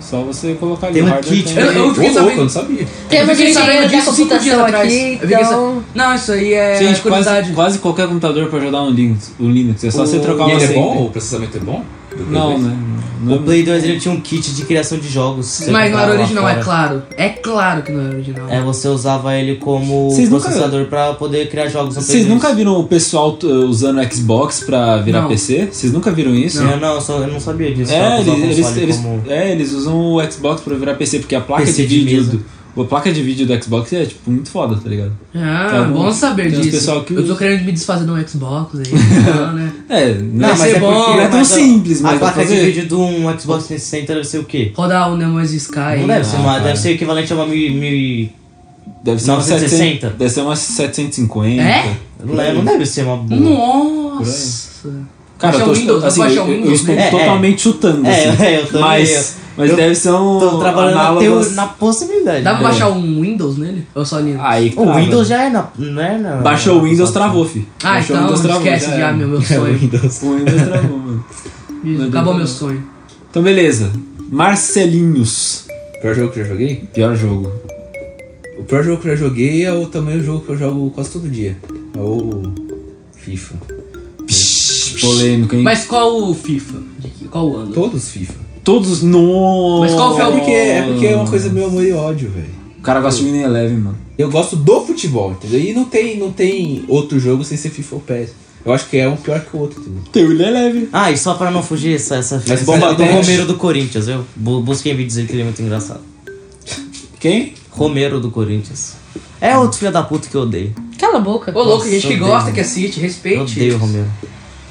S3: Só você colocar ali
S4: Tem
S3: o
S4: um
S3: hardware.
S4: kit,
S3: tem.
S2: Eu, eu fiquei
S6: Ô, louco, eu
S2: sabendo.
S6: não sabia.
S1: Temos de
S2: fiquei
S1: engenheiro
S2: sabendo
S1: da
S2: disso cinco dias
S1: computação
S2: atrás.
S1: aqui,
S2: Eu fiquei
S1: então...
S2: sa- Não, isso aí é
S3: Gente,
S2: curiosidade.
S3: quase, quase qualquer computador pode rodar um Linux. O Linux. É só você trocar
S6: E
S3: uma
S6: ele é
S3: senha.
S6: bom? O processamento é bom?
S3: Não,
S5: [laughs]
S3: né? Não é-
S4: O Play 2 ele tinha um kit de criação de jogos. Você
S2: Mas não
S4: comprava
S2: era
S4: lá
S2: original,
S4: fora.
S2: é claro. É claro que não era original.
S4: É, você usava ele como
S3: Vocês nunca-
S4: processador pra poder criar jogos no Play
S3: Vocês
S4: 2.
S3: nunca viram o pessoal t- eh, usando Xbox pra virar
S2: Não.
S3: PC? Vocês nunca viram isso?
S4: Não, não, eu, só, eu não sabia disso.
S3: É,
S4: só usava o
S3: eles, eles,
S4: console
S3: eles,
S4: como-
S3: é, eles usam o Xbox pra virar PC, porque a placa
S4: PC
S3: de
S4: de
S3: vídeo.
S4: mesa.
S3: do, a placa de vídeo do Xbox é tipo muito foda, tá ligado?
S2: Ah,
S3: Então,
S2: bom saber
S3: tem uns
S2: disso.
S3: pessoal que
S2: Eu tô
S3: usa.
S2: querendo me desfazer de um Xbox
S3: [laughs]
S2: aí, então, né?
S3: É,
S4: Não,
S3: não,
S4: mas
S2: ser
S4: é
S2: bom,
S4: porque
S3: não é tão
S4: mas, ó,
S3: simples, mas
S4: A
S3: dá
S4: placa
S3: pra
S4: de
S3: fazer.
S4: vídeo de um Xbox 360 deve ser o quê?
S2: Rodar o Nemo Sky.
S4: Não deve ser uma,
S3: cara.
S4: deve ser equivalente a uma mil, mil-
S3: deve ser umas
S4: 960.
S3: 700, deve ser umas 750.
S2: É?
S4: não, é- não deve ser uma boa.
S2: Nossa!
S3: Cara, eu
S4: um
S2: Baixa
S3: tô
S2: o Windows,
S3: assim,
S2: baixa
S3: eu,
S2: o
S3: eu
S2: Windows,
S3: estou
S4: né? É,
S3: totalmente chutando,
S4: É,
S3: assim.
S4: é, [laughs] eu também-
S3: mas mas
S4: eu-
S3: deve ser um
S4: Tô trabalhando na,
S3: análogo- assim.
S4: teo- na possibilidade.
S2: Dá pra
S4: É.
S2: baixar um Windows nele? Ou só Linux?
S3: Aí,
S4: O
S3: trava.
S4: Windows já é na. Não é na
S3: Baixou o Windows, travou, fi.
S2: Ah,
S3: Baixou o
S2: então
S3: Windows, travou,
S2: esquece já,
S3: era. É,
S2: meu,
S3: [laughs]
S2: meu
S5: É
S2: sonho.
S3: O Windows travou, mano.
S2: Acabou meu sonho.
S3: Então, beleza. Marcelinhos.
S5: Pior jogo que eu já joguei?
S3: Pior jogo.
S5: O pior jogo que eu já joguei é o também o jogo que eu jogo quase todo dia. É o FIFA.
S3: Polêmico, hein?
S2: Mas qual o FIFA? De que- Qual o ano?
S5: Todos FIFA.
S3: Todos. No...
S2: Mas qual que
S5: É
S2: Nossa.
S5: porque, é porque é uma coisa meio amor e ódio, velho.
S3: O cara gosta de Winning Eleven, mano.
S5: Eu gosto do futebol, entendeu? E não tem, não tem outro jogo sem ser FIFA ou PES. Eu acho que é um pior que o outro, entendeu?
S3: Tem o Winning Eleven.
S4: Ah, e só pra não fugir essa, essa
S5: Mas
S4: essa-
S5: bomba
S4: do
S5: teste.
S4: Romero do Corinthians, eu bu- busquei vídeos dele que ele é muito engraçado.
S3: Quem?
S4: Romero do Corinthians. É outro filho da puta que eu odeio.
S1: Cala a boca.
S2: Ô, louco, gente
S4: eu
S2: que
S4: odeio.
S2: gosta, que assiste,
S4: Eu
S2: respeite.
S4: odeio o Romero.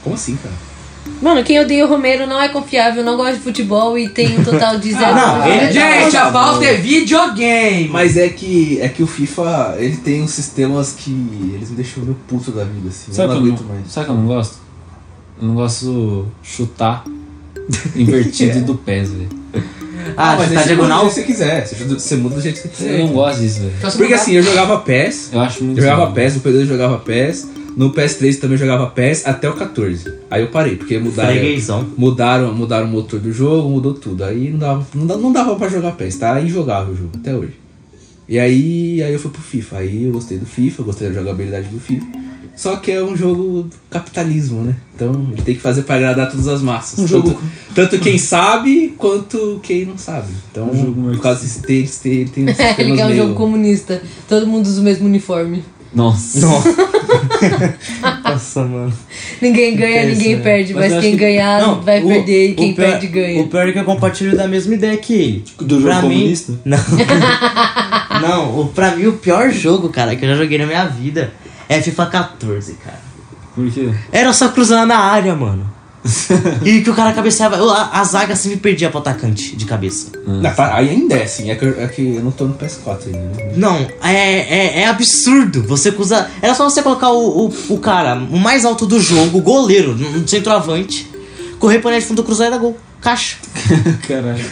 S5: Como assim, cara?
S1: Mano, quem odeia o Romero não é confiável, não gosta de futebol e tem um total de zero.
S4: não,
S1: [laughs]
S4: ele-
S2: Gente, a pauta é videogame.
S5: Mas é que é que o FIFA, ele tem uns sistemas que eles me deixam meio puto da vida, assim.
S3: Sabe
S5: eu
S3: que
S5: não
S3: eu
S5: aguento
S3: não,
S5: mais.
S3: sabe que eu não gosto? Eu não gosto chutar [laughs] invertido do pés, velho.
S4: Ah,
S5: mas é aí
S4: tá
S5: você
S4: diagonal?
S5: muda do jeito que você quiser. Você muda- Você muda do jeito que você
S3: Eu
S5: quiser.
S3: não gosto disso, velho.
S2: Então você
S5: Porque
S2: não dá-
S5: assim, eu jogava PES,
S3: Eu acho muito.
S5: eu jogava
S3: zoado.
S5: PES, no PS2 eu jogava PES, no PS3 também eu jogava PES até o 14. Aí eu parei, porque mudaram.
S4: Freguesão.
S5: Mudaram, mudaram o motor do jogo, mudou tudo. Aí não dava, não dava, não dava pra jogar PES, tá injogável o jogo até hoje. E aí, aí eu fui pro FIFA. Aí eu gostei do FIFA, eu gostei da jogabilidade do FIFA. Só que é um jogo capitalismo, né? Então ele tem que fazer pra agradar todas as massas.
S3: Um
S5: tanto,
S3: jogo-
S4: [laughs]
S5: tanto quem sabe quanto quem não sabe. Então,
S3: Um jogo
S5: por causa disso, tem, tem,
S1: [laughs]
S5: tem uns
S1: Ele
S5: sistemas
S1: quer um
S5: meio-
S1: jogo comunista. Todo mundo usa o mesmo uniforme.
S3: Nossa. [laughs]
S4: [laughs] Nossa, mano.
S1: Ninguém ganha,
S4: Pensa,
S1: ninguém
S4: né?
S1: perde,
S3: Mas
S1: mas,
S3: eu acho
S1: quem
S3: que-
S1: ganhar vai
S4: o-
S1: perder e quem
S4: o pior-
S1: perde ganha.
S4: O pior é que eu compartilho da mesma ideia que ele.
S3: Do jogo
S4: pra mim,
S3: comunista?
S4: [laughs] Não. não, o, pra mim o pior jogo, cara, que eu já joguei na minha vida é FIFA 14, cara.
S3: Por quê?
S4: Era só cruzar na área, mano. e que o cara cabeceava. eu- A, a zaga sempre perdia pro atacante de cabeça.
S5: Não, tá, aí ainda é assim, é que, eu- é que eu não tô no PS4 ainda. né?
S4: Não, é, é, é absurdo. Você cruzar. Era só você colocar o, o, o cara o mais alto do jogo, o goleiro, um centroavante, correr pra linha de fundo, cruzar e dar gol. Caixa.
S3: [laughs] Caralho.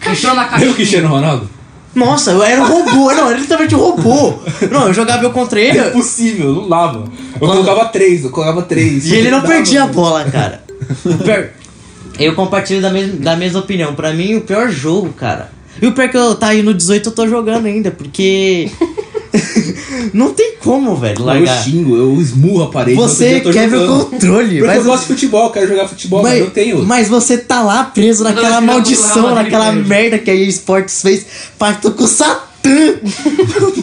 S2: Fechou
S1: Ah,
S2: na
S5: Viu o
S2: caixinha.
S5: Cristiano Ronaldo?
S4: Nossa, eu era um
S5: [laughs]
S4: robô. Não, ele literalmente um robô. Não, eu jogava eu contra ele. eu-
S5: Impossível, não dava. Eu
S4: Quando-
S5: colocava três, eu colocava três.
S4: E ele não
S5: dava, um-
S4: perdia a
S5: mano.
S4: bola, cara. O pior- Eu compartilho da, mes- da mesma opinião. Pra mim, o pior jogo, cara. E o pior que eu tá aí no 18, eu tô jogando ainda, porque. [laughs] não tem como, velho,
S5: Eu
S4: largar.
S5: xingo, eu esmurro a parede.
S4: Você
S5: outro dia eu tô
S4: quebra
S5: jogando.
S4: o controle,
S5: Porque
S4: mas-
S5: eu gosto de futebol, eu quero jogar futebol, mas, eu tenho.
S4: mas você tá lá preso
S2: Não,
S4: naquela
S2: não, não, não,
S4: maldição,
S2: não, não,
S4: naquela
S2: não, não, não.
S4: merda que a EA Sports fez, pacto com o Satã [laughs]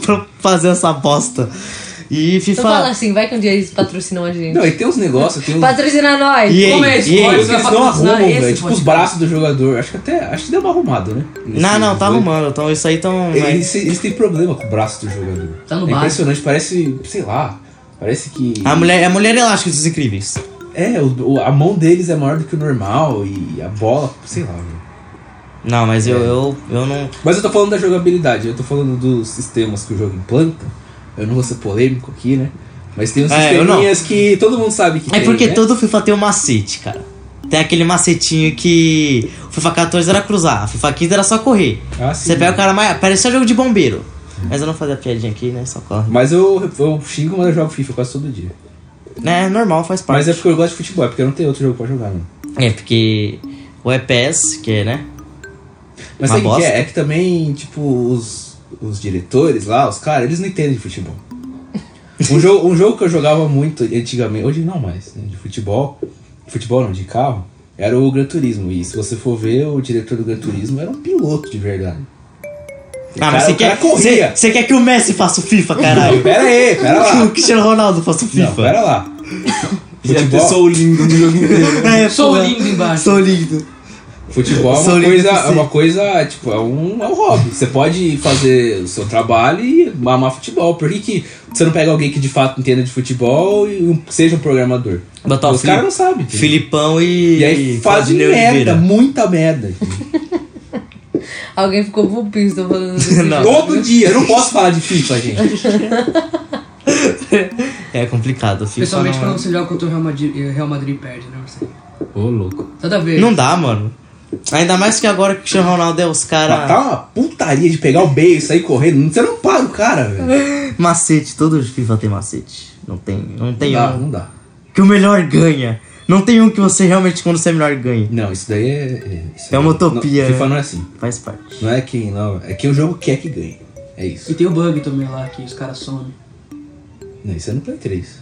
S4: pra fazer essa bosta. E
S1: Então fala
S4: FIFA.
S1: assim, vai que um dia eles patrocinam a gente.
S5: Não, e tem uns negócios, tem uns.
S1: Patrocina nós!
S4: E
S2: Como é
S4: aí,
S2: esse
S4: e aí?
S2: código?
S5: Eles não
S2: patrocinar
S5: arrumam,
S2: esse
S5: velho. Tipo, os
S2: podcast.
S5: braços do jogador. Acho que até. Acho que deu uma arrumada, né?
S4: Não, não, tá
S5: Esse-
S4: arrumando. Então isso aí tão.
S5: Eles, eles têm problema com o braço do jogador.
S2: Tá no
S5: é
S2: básico.
S5: impressionante, parece, sei lá. Parece que.
S4: A mulher, é a mulher elástica dos incríveis.
S5: É, o- o- a mão deles é maior do que o normal e a bola, sei lá, né? velho.
S4: Não, mas eu,
S2: É.
S4: eu, eu não.
S5: Mas eu tô falando da jogabilidade, eu tô falando dos sistemas que o jogo implanta. Eu não vou ser polêmico aqui, né? Mas tem uns
S4: É, eu não.
S5: sisteminhas que todo mundo sabe que
S4: É
S5: tem,
S4: porque
S5: né?
S4: todo FIFA tem um macete, cara. Tem aquele macetinho que. O FIFA 14 era cruzar, o FIFA 15 era só correr.
S5: Ah, sim.
S4: Você pega o cara mais. Parecia jogo de bombeiro. Mas eu não fazia piadinha aqui, né? Só corre.
S5: Mas eu, eu xingo, mas eu jogo FIFA quase todo dia.
S4: É normal, faz parte.
S5: Mas é porque eu gosto de futebol, né? é porque eu não tenho outro jogo pra jogar, não.
S4: É, porque o EPS, que é, né? Uma
S5: Mas sabe o que que
S4: bosta.
S5: é? É que também, tipo, os, os diretores lá, os caras, eles não entendem de futebol. Um jogo, um jogo que eu jogava muito antigamente, hoje não mais, né, de futebol, futebol não, de carro, era o Gran Turismo. E se você for ver, o diretor do Gran Turismo era um piloto de verdade.
S4: Ah, mas
S5: cara-
S4: você
S5: o cara
S4: quer,
S5: corria.
S4: você, você quer que o Messi faça o FIFA,
S5: Não,
S4: caralho?
S5: pera aí, pera
S4: [laughs] que o
S5: lá.
S4: Cristiano Ronaldo faça o
S5: Não,
S4: FIFA? [laughs]
S5: pera lá.
S3: Ia ter
S5: Futebol,
S3: sou lindo no jogo [laughs] inteiro.
S4: é,
S2: Sou
S4: porra.
S2: lindo embaixo.
S4: Sou lindo.
S5: futebol é
S4: Sou
S5: uma
S4: livre
S5: coisa,
S4: pra
S5: é
S4: você.
S5: uma coisa, tipo, é um, é um hobby. Você pode fazer o seu trabalho e amar futebol. Por que, que você não pega alguém que de fato entenda de futebol e um- seja um programador?
S4: Botar o
S5: Os caras
S4: Fili
S5: não sabem. entendeu?
S4: Filipão e.
S5: E aí faz
S4: Claudinei
S5: merda,
S4: Oliveira.
S5: muita merda.
S1: Alguém ficou pupinho, tô falando desse
S4: Não.
S1: jogo.
S5: Todo dia, eu não posso falar de
S4: [laughs]
S5: FIFA, gente.
S4: É complicado, o FIFA.
S2: Principalmente
S4: não...
S2: quando você joga contra o Real Madrid, e o Real Madrid perde, né, Marcelo?
S3: Ô, louco.
S2: Toda vez.
S4: Não dá, mano. Ainda mais que agora que o Cristiano Ronaldo é os
S5: Mas
S4: caras.
S5: tá uma putaria de pegar o beijo e sair correndo. Você não para o cara, velho.
S4: Macete, todo FIFA tem macete. Não tem, não tem
S5: Não dá,
S4: um
S5: não dá.
S4: que o melhor ganha. Não tem um que você realmente, quando você é melhor, ganha.
S5: Não, isso daí é. É, isso
S4: É uma
S5: aí.
S4: utopia,
S5: Não, FIFA
S4: né?
S5: não é assim.
S4: Faz parte.
S5: Não é quem, não. É quem o jogo quer que ganhe. É
S2: E
S5: isso.
S2: tem o bug também lá, que os caras somem.
S5: Não, isso é no Play 3.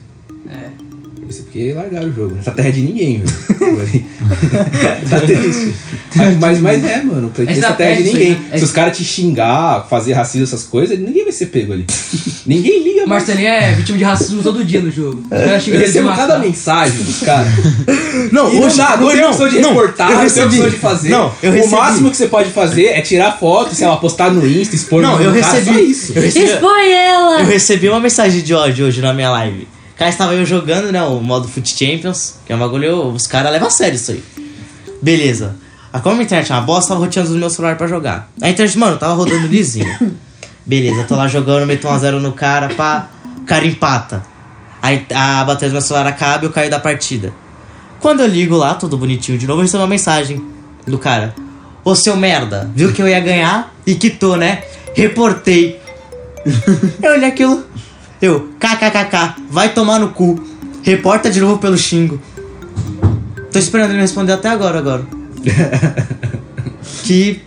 S2: É.
S5: Isso é porque largaram o jogo. Essa terra é de ninguém, velho. [laughs] tá triste. Mas, mas, mas é, mano. O Play 3
S2: Essa
S5: é terra
S2: terra
S5: é de
S2: é isso aí,
S5: ninguém.
S2: né?
S5: Se os caras te xingar, fazer racismo, essas coisas, ninguém vai ser pego ali. ninguém liga
S2: O
S5: mais.
S2: Marcelinho é vítima de racismo todo dia no jogo. O cara chega
S5: Eu
S2: a se
S5: recebo
S2: matar.
S5: cada mensagem dos caras.
S4: Não,
S5: E não dá, não tem opção de reportar,
S4: eu
S5: não tem
S4: recebi.
S5: opção de fazer.
S4: Não, eu
S5: o
S4: recebi.
S5: máximo que você pode fazer é tirar foto, sei lá, postar no Insta, expor
S4: Não,
S5: no
S4: eu
S5: no cara,
S4: recebi.
S5: só isso.
S4: Eu recebi,
S1: Expõe ela!
S4: eu recebi uma mensagem de ódio hoje na minha live. Cara, estava eu jogando, né? O modo Foot Champions, que é um bagulho. Os caras levam a sério isso aí. Beleza. A como a internet é uma bosta, eu tava roteando no meu celular pra jogar. A internet, mano, tava rodando lisinho. Beleza, tô lá jogando, meto um a zero no cara, pá. O cara empata. Aí a bateria do meu celular acaba e eu caio da partida. Quando eu ligo lá, tudo bonitinho de novo, eu recebo uma mensagem do cara. Ô seu merda, viu que eu ia ganhar e quitou, né? Reportei. eu olhei É, aquilo. Eu, kkkk, vai tomar no cu. Reporta de novo pelo xingo. Tô esperando ele responder até agora, agora. que...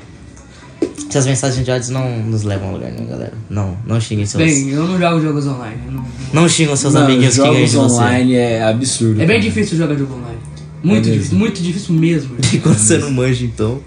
S4: Essas mensagens de ódio não nos levam a lugar nenhum, galera. Não, não xinguem seus...
S2: Bem, eu não jogo jogos online. eu não-
S4: Não xingam seus
S3: Mano,
S4: amiguinhos que ganham
S3: jogos
S4: de você.
S3: online é absurdo.
S2: É bem
S3: cara.
S2: difícil jogar jogo online. Muito
S3: É
S2: difícil, muito difícil mesmo.
S4: E [laughs] quando você não manja, então...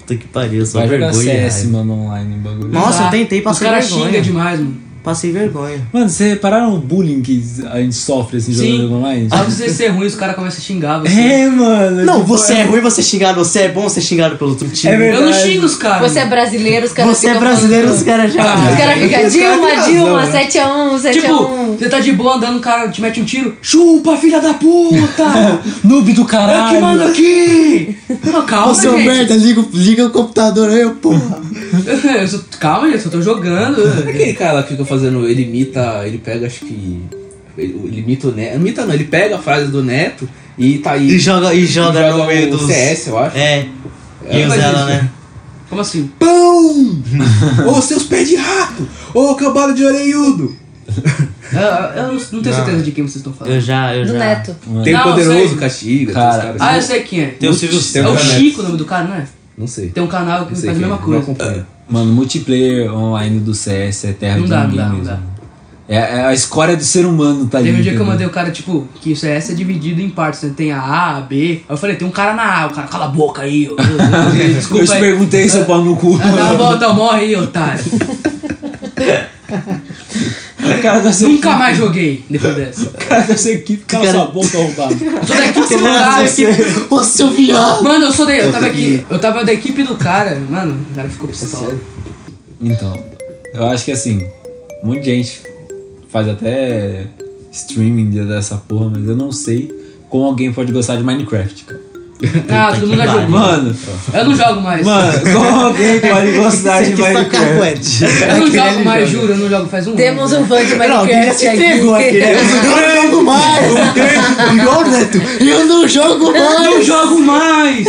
S4: Puta que pariu, só
S3: Vai jogar
S4: vergonha. e
S3: CS,
S4: raiva.
S3: mano, online, bagulho.
S4: Nossa, eu tentei,
S2: Os
S4: passei
S2: caras
S4: vergonha.
S2: xingam demais, mano.
S4: Passei vergonha.
S3: Mano, vocês repararam o bullying que a gente sofre assim
S2: Sim.
S3: jogando jogo online?
S2: Só pra você ser ruim, os caras começam a xingar você.
S3: É, mano.
S4: Não,
S3: tipo,
S4: você é ruim, você é xingado. Você é bom, você é xingado pelo outro time.
S3: É verdade.
S2: Eu não xingo os caras.
S1: Você é brasileiro, os caras
S4: Você é
S1: ficam
S4: brasileiro,
S1: falando-
S4: os caras
S3: Ah,
S4: já...
S1: Os caras ficam Dilma,
S5: razão,
S1: Dilma,
S5: né?
S1: 7x1,
S2: Tipo,
S1: 7x1.
S2: você tá de boa andando, o cara te mete um tiro. Chupa, filha da puta!
S3: Noob do
S2: Eu É que mando
S3: caralho.
S2: aqui! Não, calma,
S4: Você é
S2: gente.
S4: merda, liga, liga o computador aí, eu, porra.
S2: [laughs] Eu só- calma, gente, eu só tô jogando.
S5: Não é aquele cara lá que fica fazendo, ele imita, ele pega, acho que. Ele, ele imita o Neto. Imita não, ele pega a frase do Neto e tá aí.
S4: E joga, e joga,
S5: joga
S4: no meio
S5: o
S4: dos...
S5: CS, eu acho.
S4: É. E
S5: É,
S4: usa
S5: mas
S4: ela,
S5: isso-
S4: né?
S2: Como assim?
S5: Pão! Ô seus pés de rato! Ô cambada de orelhudo!
S2: Eu, eu não, não tenho certeza de quem vocês estão falando.
S4: Eu já, eu já...
S1: Do Neto.
S5: Tem
S2: Não,
S5: o poderoso
S2: sei.
S5: castigo,
S3: Cara,
S5: tem os caras.
S2: Ah, eu sei quem é.
S4: Tem o Silvio
S3: um
S5: Tem
S2: É o
S5: cara Neto.
S2: Chico o nome do cara, não é?
S5: Não sei.
S2: Tem um canal que faz
S5: Não sei
S2: a
S5: quem é,
S2: mesma
S5: Não
S2: coisa.
S5: acompanho.
S3: Mano, multiplayer online do CS é terra
S2: Não
S3: de
S2: dá, não
S3: ninguém
S2: dá, não
S3: mesmo.
S2: dá.
S3: É, é a escória do ser humano, tá
S2: Teve um
S3: ali,
S2: dia que eu
S3: entendeu?
S2: mandei o cara, tipo, que isso é essa é dividido em partes, né? Tem a A, a B. Aí eu falei, tem um cara na A, o cara, cala a boca aí, ô. [laughs]
S3: Eu
S2: desculpa
S3: te
S2: aí.
S3: perguntei, seu pau no cu.
S2: Ah, Dá a volta, morre aí, otário.
S3: O cara da sua
S2: Nunca mais joguei depois dessa.
S3: equipe- o cara da sua equipe, cala
S4: Cara-
S3: sua boca, arrombado.
S2: Eu sou da equipe do cara.
S4: [laughs] Ô, seu viado!
S2: Mano, eu sou da. Eu tava aqui. Eu tava da equipe do cara. Mano, o cara ficou pistola.
S3: Então, eu acho que assim, um monte de gente faz até streaming de- dessa porra, mas eu não sei como alguém pode gostar de Minecraft, cara. Então,
S2: Ah, todo mundo já jogou.
S3: Mano,
S2: Eu não jogo mais.
S3: mano, como alguém pode gostar de
S4: Que
S5: é.
S3: Minecraft?
S5: [laughs]
S4: sacacuete.
S2: eu não jogo mais, juro, eu não jogo faz um
S1: Temos
S2: ano.
S1: um fã de Minecraft aqui.
S4: Eu não jogo mais! Igual o Neto, eu não jogo mais!
S2: Não jogo mais!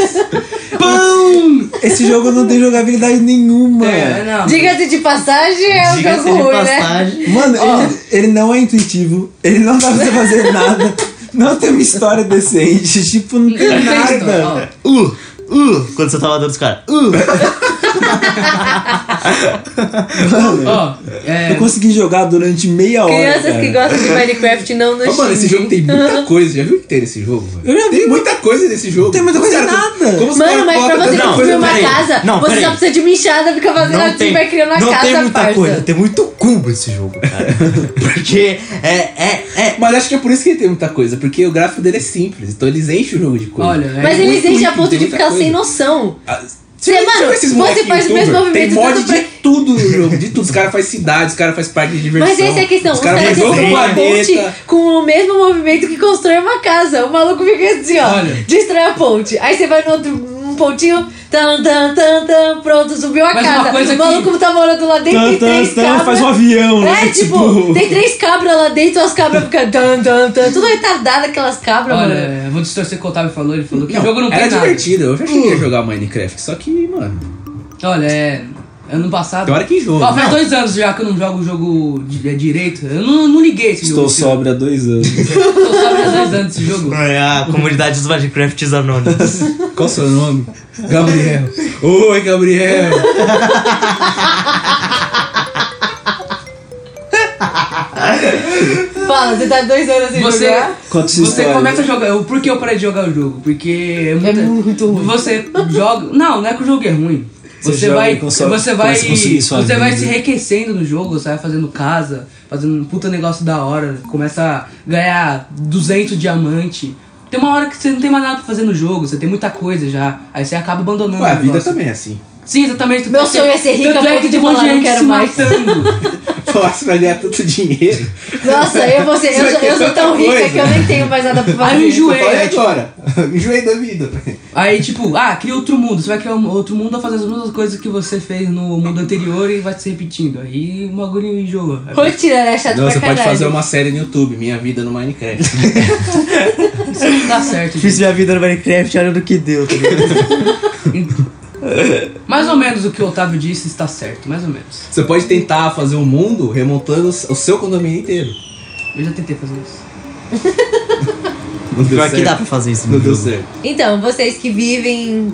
S2: Pão!
S3: Esse jogo não tem jogabilidade nenhuma.
S2: É, não.
S1: Diga-se de passagem, é um
S4: Diga-se
S1: jogo
S4: de
S1: ruim, né?
S4: passagem.
S3: Mano, ele, ele não é intuitivo, ele não dá pra você fazer nada, não tem uma história decente, tipo, não tem
S2: Não tem
S3: nada.
S4: é.
S2: história, ó.
S5: É
S4: Uh, uh, quando você tava dando os caras. Uh.
S2: Ó, é,
S3: Eu consegui jogar durante meia hora.
S1: Crianças
S3: cara.
S1: que gostam de Minecraft não nos
S5: Mas, mano, esse jogo
S1: xinguem.
S5: tem muita coisa. Já viu que tem nesse jogo, velho?
S3: Eu já vi,
S5: Tem muita coisa nesse jogo.
S3: Tem muita
S5: Os
S3: coisa
S5: caras-
S3: nada.
S5: Como os
S1: Mano,
S5: caras
S1: mas pra
S5: colocam
S1: você
S5: tanta
S4: é Não,
S1: construir
S5: coisa
S1: uma
S5: pra-
S4: peraí.
S1: casa,
S4: Não,
S1: você
S4: peraí.
S1: só precisa de uma enxada, fica fazendo
S4: Não
S1: assim,
S4: tem,
S1: vai criando a
S4: não
S1: casa,
S4: tem muita
S1: parça.
S4: coisa, tem muito cubo esse jogo, cara. É. Porque é, é, é.
S5: Mas acho que é por isso que ele tem muita coisa, porque o gráfico dele é simples, então eles enchem o jogo de coisa.
S2: olha,
S1: Mas
S2: é,
S1: eles
S5: muito
S1: enchem a
S5: item,
S1: ponto de
S5: muita
S1: ficar
S5: coisa.
S1: sem noção.
S5: Ah,
S1: Cê,
S5: viu-
S1: mano,
S5: viu esses
S1: você
S5: moleque
S1: faz os
S5: youtuber?
S1: mesmos movimentos,
S5: Tem mod
S1: tanto
S5: de
S1: pra-
S5: tudo no jogo, de tudo. Os caras fazem cidade, os caras fazem parque de diversão.
S1: Mas essa é a questão.
S5: Os
S1: Os
S5: caras
S1: caras
S5: mudam
S1: constroem
S5: o
S1: uma
S5: planeta.
S1: ponte com o mesmo movimento que constrói uma casa. O maluco fica assim, ó.
S2: Olha.
S1: Destrói a ponte. Aí você vai no outro um pontinho. Tan, tan, tan, tan, pronto, subiu a
S2: Mas uma
S1: casa.
S2: coisa
S1: o maluco tá morando lá dentro, tem três cabras.
S3: faz um avião, né?
S1: É, tipo, tem três cabras lá dentro, as cabras ficam tan, tan, tan. Tudo retardado aquelas cabras,
S2: olha,
S1: mano.
S2: eu vou distorcer o que o Otávio falou, ele falou que
S5: Não,
S2: o jogo não
S5: era
S2: tem nada.
S5: divertido, eu já
S1: Uh.
S5: cheguei a jogar Minecraft, só que, mano,
S2: Olha, é. Ano passado.
S5: tem hora que enjoa. né?
S2: Ó, faz
S5: Não.
S2: dois anos já que eu não jogo o jogo di- é, direito. Eu não, não liguei esse
S3: [laughs] Estou
S2: jogo. esse
S3: sóbrio há dois anos.
S2: ano. Estou só há dois anos esse jogo.
S4: É a comunidade dos Minecrafts anônimos.
S5: Qual o seu nome? Gabriel. Oi, Gabriel.
S1: Fala, você tá dois anos sem
S2: Você,
S1: jogar?
S3: Conta sua
S2: você
S3: história.
S2: começa a jogar. Eu, por que eu parei de jogar o jogo? Porque é, muita,
S1: muito ruim.
S2: Você joga. Não, não é que o jogo é ruim.
S3: Você
S2: Você,
S3: joga
S2: vai.
S3: e consome-
S2: você vai.
S3: começa a conseguir sua
S2: Você vai
S3: vida.
S2: se enriquecendo no jogo, você vai fazendo casa, fazendo um puta negócio da hora. Começa a ganhar 200 diamante. Tem uma hora que você não tem mais nada pra fazer no jogo, você tem muita coisa já. Aí você acaba abandonando
S5: Ué, a
S2: o
S5: vida
S2: negócio.
S5: também é assim.
S2: Sim, exatamente.
S1: Meu sonho é ser rica,
S2: Tanto é
S1: mas
S2: que
S1: eu
S2: tem um monte de
S1: falar, não
S2: gente
S1: quero
S2: se
S1: mais.
S2: matando.
S5: Falar que você vai ganhar tanto dinheiro.
S1: Nossa, eu, vou ser, eu,
S5: Você
S1: sou-
S5: vai ter
S1: eu sou tão
S5: tanta
S1: rica
S5: coisa.
S1: que eu nem tenho mais nada pra fazer.
S2: Aí eu enjoei.
S5: Falei agora. [laughs] Enjoei da vida.
S1: Tá
S2: Aí, tipo, ah, cria outro mundo. Você vai criar um outro mundo vai fazer as mesmas coisas que você fez no mundo anterior e vai se repetindo. Aí o bagulho enjoa. É
S1: Rotina, né? Chato
S5: Não,
S1: pra
S5: você
S1: caralho.
S5: pode fazer uma série no YouTube, Minha Vida no Minecraft.
S2: Isso não dá tá certo.
S4: Fiz
S2: gente.
S4: minha vida no Minecraft, olha no que deu, tá ligado?
S2: Mais ou menos o que o Otávio disse está certo, mais ou menos.
S5: Você pode tentar fazer um mundo remontando o seu condomínio inteiro.
S2: Eu já tentei fazer isso.
S5: Não deu
S4: Pior que
S5: certo.
S4: dá pra fazer isso,
S5: Não
S4: no
S5: deu
S4: jogo.
S5: certo.
S1: Então, vocês que vivem,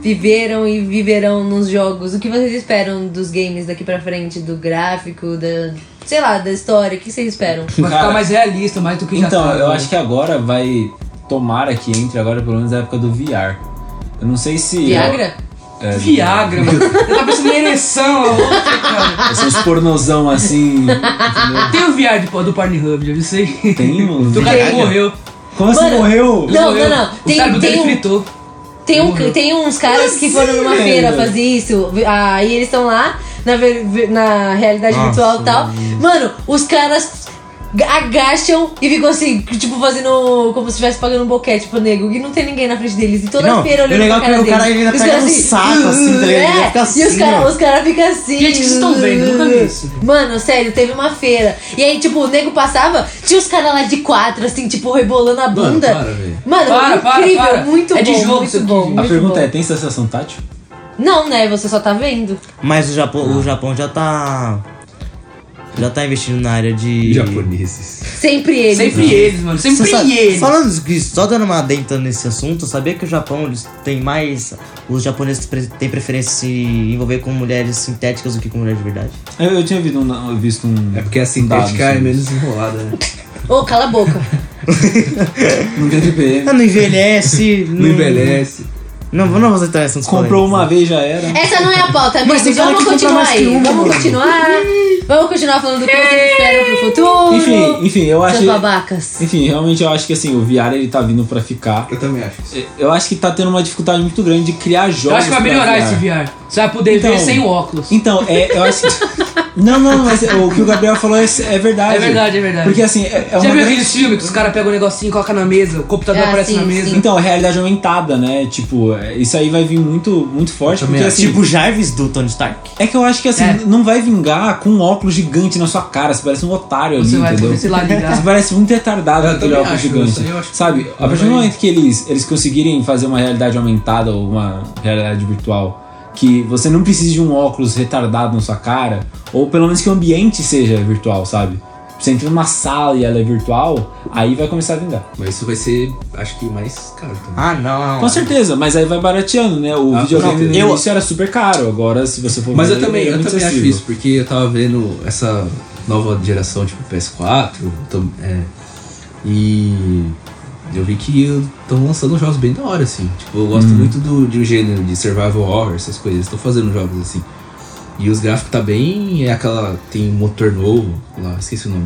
S1: viveram e viverão nos jogos, o que vocês esperam dos games daqui pra frente? Do gráfico, da. sei lá, da história? O que vocês esperam?
S2: Vai
S3: Cara,
S2: ficar mais realista, mais do que já
S3: Então,
S2: tá,
S3: eu
S2: né?
S3: acho que agora vai. Tomara que entre agora, pelo menos, a época do VR. Eu não sei se.
S1: Viagra?
S3: É,
S2: Viagra, mano. tá Eu tava pensando em ereção, a outra, cara.
S3: Esses
S2: [laughs]
S3: pornozão assim. entendeu?
S2: Tem o VR de- do Pornhub, já vi isso aí.
S3: Tem um.
S2: O cara que
S3: Viagra?
S2: morreu.
S3: Como assim
S1: Mano,
S3: morreu?
S1: Não,
S2: morreu.
S1: não, não.
S2: O
S1: Tem-
S2: cérebro
S1: tem
S2: dele
S1: um-
S2: fritou.
S1: Tem, um, tem uns caras que foram numa
S4: É.
S1: feira fazer isso, aí eles estão lá na, ver- ver- na realidade
S4: Nossa,
S1: virtual e tal. Mano, os caras agacham e ficam assim, tipo, fazendo como se estivesse pagando um boquete pro nego. E não tem ninguém na frente deles. E toda
S4: Não,
S1: feira
S4: o
S1: olhando
S4: legal
S1: pra
S4: é
S1: cara
S4: que o cara
S1: deles.
S4: ainda
S1: Os
S4: pega
S1: caras
S4: no saco, assim, tá ligado? Ele
S1: é,
S4: fica
S1: E os
S4: assim,
S1: caras
S4: ó.
S1: os cara ficam assim. "Hum."
S2: Gente, vocês estão vendo? Nunca vi isso.
S1: Mano, sério, teve uma feira. E aí, tipo, o nego passava, tinha os caras lá de quatro, assim, tipo, rebolando a
S5: Mano,
S1: bunda.
S5: para, velho.
S1: Mano,
S2: Para, para,
S1: incrível,
S2: para.
S1: muito bom.
S2: É de jogo
S1: muito
S2: isso aqui,
S1: bom,
S2: gente.
S1: muito
S3: A pergunta
S1: bom.
S3: é: tem sensação tátil?
S1: Não, né? Você só tá vendo.
S4: Mas o Japão, o Japão já tá. Já tá investindo na área de.
S5: Japoneses.
S1: Sempre ele.
S2: Sempre eles, mano. Sempre
S4: Você sabe-
S2: eles.
S4: Falando disso, só dando uma adenta nesse assunto, sabia que o Japão eles têm mais. Os japoneses pre- têm preferência em se envolver com mulheres sintéticas do que com mulheres de verdade.
S3: Eu, eu tinha visto um. Visto um
S5: É porque a
S3: dado
S5: sintética
S3: sobre
S5: é
S3: isso.
S5: menos enrolada, né?
S1: Ô, cala a boca.
S3: Não tem TPM.
S4: Ah, Não [laughs] envelhece.
S5: Não envelhece.
S4: Não, não vamos entrar nessa
S3: Comprou
S5: né?
S3: uma vez, já era.
S1: Essa não é a pauta,
S4: Mas tem
S1: amigo.
S4: cara
S1: Vamos
S4: que
S3: tá
S1: continuar
S4: compra mais que
S1: aí.
S4: uma,
S1: Vamos
S4: mano.
S1: continuar. Vamos continuar falando do que vocês esperam pro futuro.
S3: Enfim, enfim, eu
S1: Seus
S3: acho.
S2: tá
S1: babacas.
S3: Enfim, realmente eu acho que assim, o VR ele tá vindo pra ficar.
S5: Eu também acho isso.
S3: Eu acho que tá tendo uma dificuldade muito grande de criar jogos.
S2: Eu acho que vai
S3: pra
S2: melhorar esse VR. Você vai poder
S3: Então-
S2: ver sem o óculos.
S3: Então, é, eu acho
S2: [laughs]
S3: que. Não, não, mas o que o Gabriel falou é, é verdade.
S2: É verdade, é verdade.
S3: Porque assim, é, é
S2: Já
S3: uma
S2: viu
S3: grande.
S2: aqueles filmes que os caras pegam o negocinho e colocam na mesa, o computador
S4: É,
S1: Ah,
S2: aparece na
S1: sim,
S2: mesa?
S1: sim.
S3: Então, realidade aumentada, né? Tipo, é, isso aí vai vir muito, muito forte. Porque assim.
S4: Tipo Jarvis do Tony Stark.
S3: é que eu acho que assim,
S2: É.
S3: não vai vingar com um óculos gigante na sua cara. Você parece um otário ali,
S2: Você vai
S3: entendeu?
S2: poder se larigar.
S3: Você parece muito retardado
S5: Eu
S3: com aquele
S5: também
S3: óculos
S5: acho,
S3: gigante.
S5: isso aí eu acho
S3: Sabe, a partir do
S5: também.
S3: momento que eles, eles conseguirem fazer uma realidade aumentada ou uma realidade virtual que você não precise de um óculos retardado na sua cara, ou pelo menos que o ambiente seja virtual, sabe? Você entra numa sala e ela é virtual, aí vai começar a vingar.
S5: Mas isso vai ser, acho que, mais caro também.
S4: Ah, não.
S3: Com certeza, mas aí vai barateando, né? O
S5: Ah,
S3: videogame
S5: não,
S3: no
S5: eu-
S3: início era super caro, agora se você for
S5: Mas
S3: ver,
S5: eu também,
S3: é
S5: eu
S3: muito
S5: também acho
S3: acessível.
S5: isso, porque eu tava vendo essa nova geração, tipo PS4, tam- é, e eu vi que estão lançando jogos bem da hora, assim. Tipo, eu
S3: Hum.
S5: gosto muito do, de um gênero de survival horror, essas coisas. Estão fazendo jogos assim. E os gráficos tá bem. É aquela. Tem um motor novo lá, esqueci o nome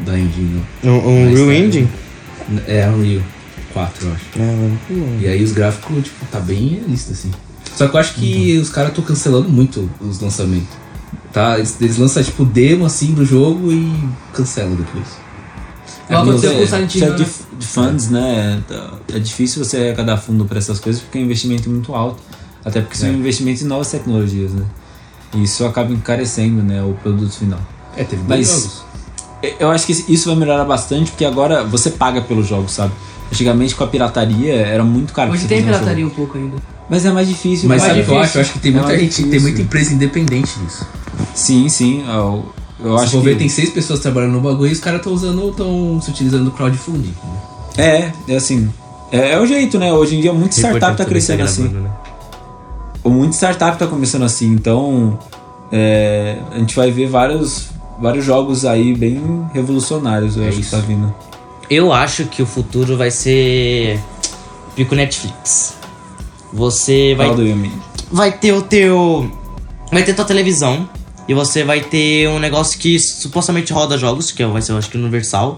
S5: do- da engine. lá.
S4: Um, um
S5: Mas
S4: Real
S5: tá-
S4: Engine?
S5: É Unreal 4, eu acho.
S3: É,
S5: E aí os gráficos, tipo, tá bem realista, assim. Só que eu acho que
S3: Uhum.
S5: os caras estão cancelando muito os lançamentos. Tá? Eles, eles lançam, tipo, demo, assim, do jogo e cancelam depois.
S2: Igual
S5: É,
S2: aconteceu
S5: é,
S2: com o Silent
S3: Se é
S2: Hill,
S3: de,
S2: né?
S3: de funds, né? tá- É difícil você arrecadar fundo para essas coisas porque é um investimento muito alto. Até porque
S2: É.
S3: são investimentos em novas tecnologias, né? E isso acaba encarecendo, né, o produto final.
S5: É, teve
S3: Mas-
S5: dois jogos.
S3: Eu acho que isso vai melhorar bastante porque agora você paga pelo jogo, sabe? Antigamente com a pirataria era muito caro.
S2: Hoje
S3: você
S2: tem
S3: fazer um jogo.
S2: pirataria um pouco ainda.
S3: Mas é mais difícil. mais
S5: Mas sabe o que eu
S3: difícil.
S5: acho? Eu acho que tem
S3: É
S5: muita
S3: mais
S5: gente, tem
S3: difícil.
S5: muita empresa independente nisso.
S3: Sim, sim. Eu, eu
S5: Se
S3: acho
S5: for
S3: que...
S5: ver, tem seis pessoas trabalhando no bagulho e os caras estão usando, estão se utilizando do crowdfunding. né?
S3: É, é assim. É, é o jeito, né? Hoje em dia, muito startup tá crescendo assim.
S4: né?
S3: Ou Muito startup tá começando assim. Então, é, a gente vai ver vários, vários jogos aí bem revolucionários. Eu
S5: É
S3: acho
S5: isso.
S3: que tá vindo.
S4: Eu acho que o futuro vai ser. Pico Netflix. Você vai
S3: Fala do Yumi.
S4: vai ter o teu. Vai ter tua televisão. E você vai ter um negócio que supostamente roda jogos, que vai ser, eu acho que, universal.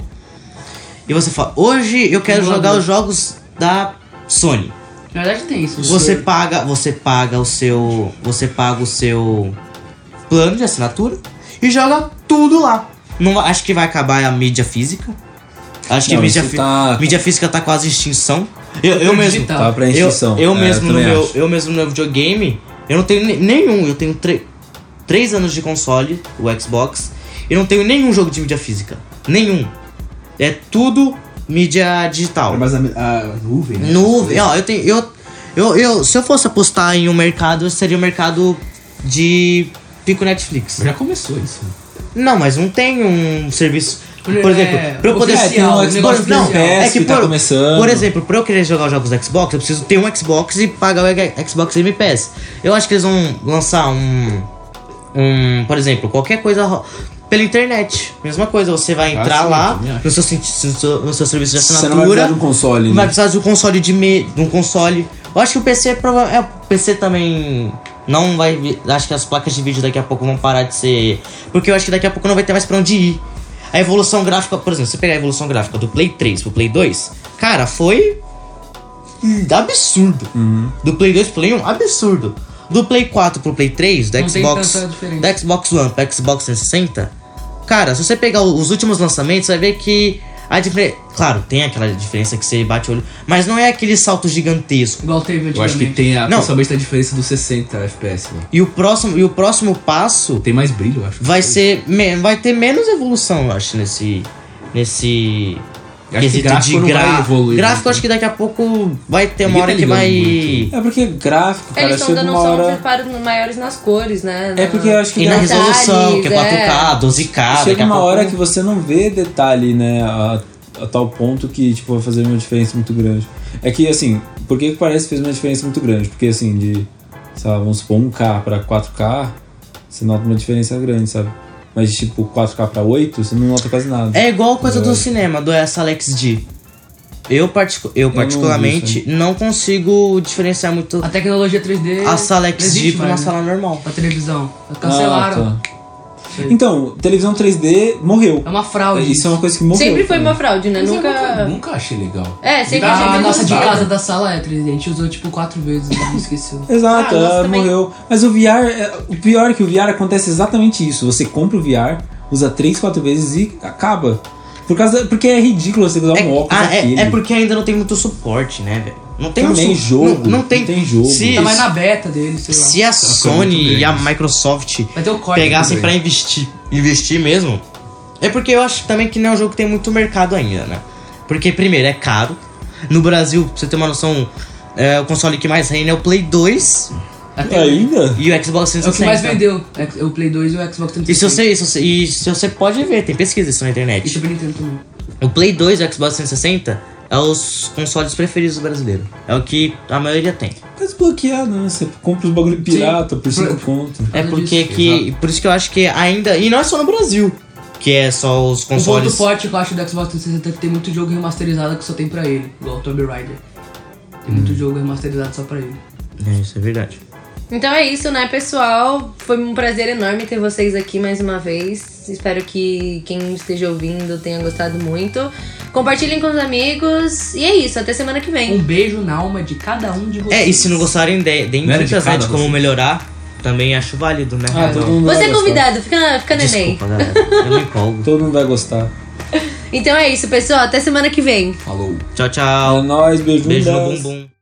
S4: E você fala, hoje eu quero jogar os jogos da Sony.
S2: Na verdade tem isso. é
S4: Você paga, você paga o seu. Você paga o seu plano de assinatura e joga tudo lá. Não, vai- acho que vai acabar a mídia física. Acho que
S3: Não,
S4: mídia,
S3: isso
S4: fi-
S3: tá-
S4: mídia física tá quase em extinção. Eu, eu mesmo.
S2: digital.
S3: Tá pra
S4: Eu,
S3: extinção.
S4: eu
S3: É,
S4: mesmo no
S3: também
S4: meu,
S3: acho.
S4: eu mesmo no meu videogame, eu não tenho ne- nenhum. Eu tenho tre- três anos de console, o Xbox, e não tenho nenhum jogo de mídia física. Nenhum. É tudo mídia digital.
S5: Mas a, a nuvem, né?
S3: é
S4: Nuvem, ó, eu tenho. Eu, eu, eu, se eu fosse apostar em um mercado, seria o mercado de pico Netflix.
S5: Já começou isso.
S4: Não, mas não tem um serviço. Por
S2: É,
S4: exemplo, pra eu
S2: o
S4: poder.
S2: É, tem um
S4: por-
S2: negócio
S4: não,
S2: do
S4: é
S3: PS
S4: que
S3: que tá
S4: por,
S3: começando.
S4: por exemplo, pra eu querer jogar os jogos do Xbox, eu preciso ter um Xbox e pagar o X- Xbox Game Pass. Eu acho que eles vão lançar um. Um. Por exemplo, qualquer coisa ro- pela internet. Mesma coisa, você vai entrar
S5: sim,
S4: lá
S5: também
S4: no seu, sen- no seu- no seu serviço de assinatura.
S3: Você não vai precisar de um console,
S4: Vai
S3: né?
S4: precisar de um console de, me... de um console. Eu acho que o PC é prova- é, o PC também não vai vi- acho que as placas de vídeo daqui a pouco vão parar de ser, porque eu acho que daqui a pouco não vai ter mais pra onde ir. A evolução gráfica, por exemplo, se você pegar a evolução gráfica do Play 3 pro Play 2, cara, foi absurdo.
S5: Uhum.
S4: Do Play 2 pro Play 1, absurdo. Do Play 4 pro Play 3, do
S2: Não tem
S4: Xbox,
S2: tanta diferença.
S4: da Xbox One pro Xbox 360, cara, se você pegar os últimos lançamentos, você vai ver que a diferença, claro, tem aquela diferença que você bate o olho, mas não é aquele salto gigantesco.
S2: Igual teve antigamente.
S5: Eu acho que tem a,
S4: Não.
S5: principalmente a diferença dos 60 FPS. Né?
S4: E o próximo, e o próximo passo
S5: Tem mais brilho, eu acho.
S4: vai ser me- vai ter menos evolução, eu acho, nesse nesse
S5: Eu acho que gráfico não vai evoluir
S4: Gráfico,
S5: muito, né?
S4: acho que daqui a pouco vai ter uma
S5: Ninguém
S4: hora
S5: tá
S4: que
S5: ligando
S4: vai
S5: muito.
S3: É porque gráfico, cara,
S1: Eles estão
S3: chega
S1: dando
S3: uma
S1: só uns
S3: hora...
S1: reparos maiores nas cores, né?
S3: É
S1: Na-
S3: porque eu acho que
S4: e na
S3: gráfico-
S1: Detalhes,
S4: resolução, que é 4K,
S1: é.
S4: 12K, Ah, daqui
S3: Chega
S4: a
S3: uma
S4: pouco-
S3: hora que você não vê detalhe, né? A, a tal ponto que, tipo, vai fazer uma diferença muito grande. É que, assim, por que que parece que fez uma diferença muito grande? Porque, assim, de, sei lá, vamos supor, 1K pra 4K, você nota uma diferença grande, sabe? Mas, tipo, 4K pra 8, você não nota quase nada.
S4: É igual a coisa do cinema, do essa Alex D. Eu, particu eu particularmente não, consigo diferenciar muito
S2: A tecnologia 3D.
S4: a sala
S2: não
S4: XD
S2: Ah, existe
S4: pra uma
S2: mais, né?
S4: sala normal.
S2: A televisão. Cancelaram.
S3: Ah, tá. Então, televisão 3D morreu.
S2: É uma fraude.
S3: Isso é uma coisa que morreu.
S1: Sempre foi
S3: cara.
S1: uma fraude, né?
S5: Mas eu
S1: Nunca.
S5: nunca achei legal.
S1: É, sempre
S5: Ah,
S1: a gente
S2: A nossa de
S1: gostava.
S2: casa da sala é 3D. A gente usou tipo quatro vezes, não esqueceu.
S3: Exato,
S1: Ah, nossa,
S3: ela
S1: também.
S3: morreu. Mas o VR, é- o pior é que o VR acontece exatamente isso. Você compra o VR, usa três, quatro vezes e acaba. Por causa, porque é ridículo você usar um
S4: É,
S3: óculos
S4: ah, é-
S3: daquele.
S4: é porque ainda não tem muito suporte, né, velho? Não tem
S3: Também
S4: um su-
S3: jogo,
S4: Não, não tem,
S3: não tem é jogo.
S4: Se,
S2: Tá mais na beta dele, sei lá.
S4: se a Sony e a Microsoft
S2: Vai ter o corte.
S4: pegassem
S2: também.
S4: pra investir, investir mesmo, é porque eu acho também que não é um jogo que tem muito mercado ainda, né? Porque, primeiro, é caro. No Brasil, pra então. você ter uma noção, é, o console que mais reina é o Play 2.
S2: Até hoje.
S3: Ainda?
S4: E o Xbox 360.
S2: É o que mais vendeu, é o Play 2 e o Xbox 360.
S4: E se você, se você- e se você pode ver, tem pesquisa isso na
S2: E
S4: internet.
S2: Super Nintendo também.
S4: O Play 2 e o Xbox 360 é os consoles preferidos do brasileiro. É o que a maioria tem.
S3: Tá desbloqueado, né? Você compra os bagulho pirata por 5 conto.
S4: É
S2: causa
S4: porque
S2: disso.
S4: que. Por isso que eu acho que ainda. E não é só no Brasil. Que é só os
S2: Um ponto
S4: consoles.
S2: forte que eu acho do Xbox 360 é que tem muito jogo remasterizado que só tem pra ele, igual o Tomb Raider. Tem
S4: Hum.
S2: muito jogo remasterizado só pra ele.
S4: É, isso é verdade.
S1: Então é isso, né, pessoal? Foi um prazer enorme ter vocês aqui mais uma vez. Espero que quem esteja ouvindo tenha gostado muito. Compartilhem com os amigos. E é isso, até semana que vem.
S2: Um beijo na alma de cada um de vocês.
S4: É, e se não gostarem, de- deem
S6: Não era de
S4: dicas né,
S6: cada
S4: de como
S6: você.
S4: melhorar, também acho válido, né?
S3: Ah, todo mundo
S1: Você
S3: vai
S1: é
S3: gostar.
S1: convidado, fica, fica neném.
S4: Desculpa, galera. Eu me empolgo.
S3: Todo mundo vai gostar.
S1: Então é isso, pessoal. Até semana que vem.
S5: Falou.
S4: Tchau,
S3: É
S4: tchau.
S3: nóis, beijo,
S4: Beijo no
S3: das.
S4: bumbum.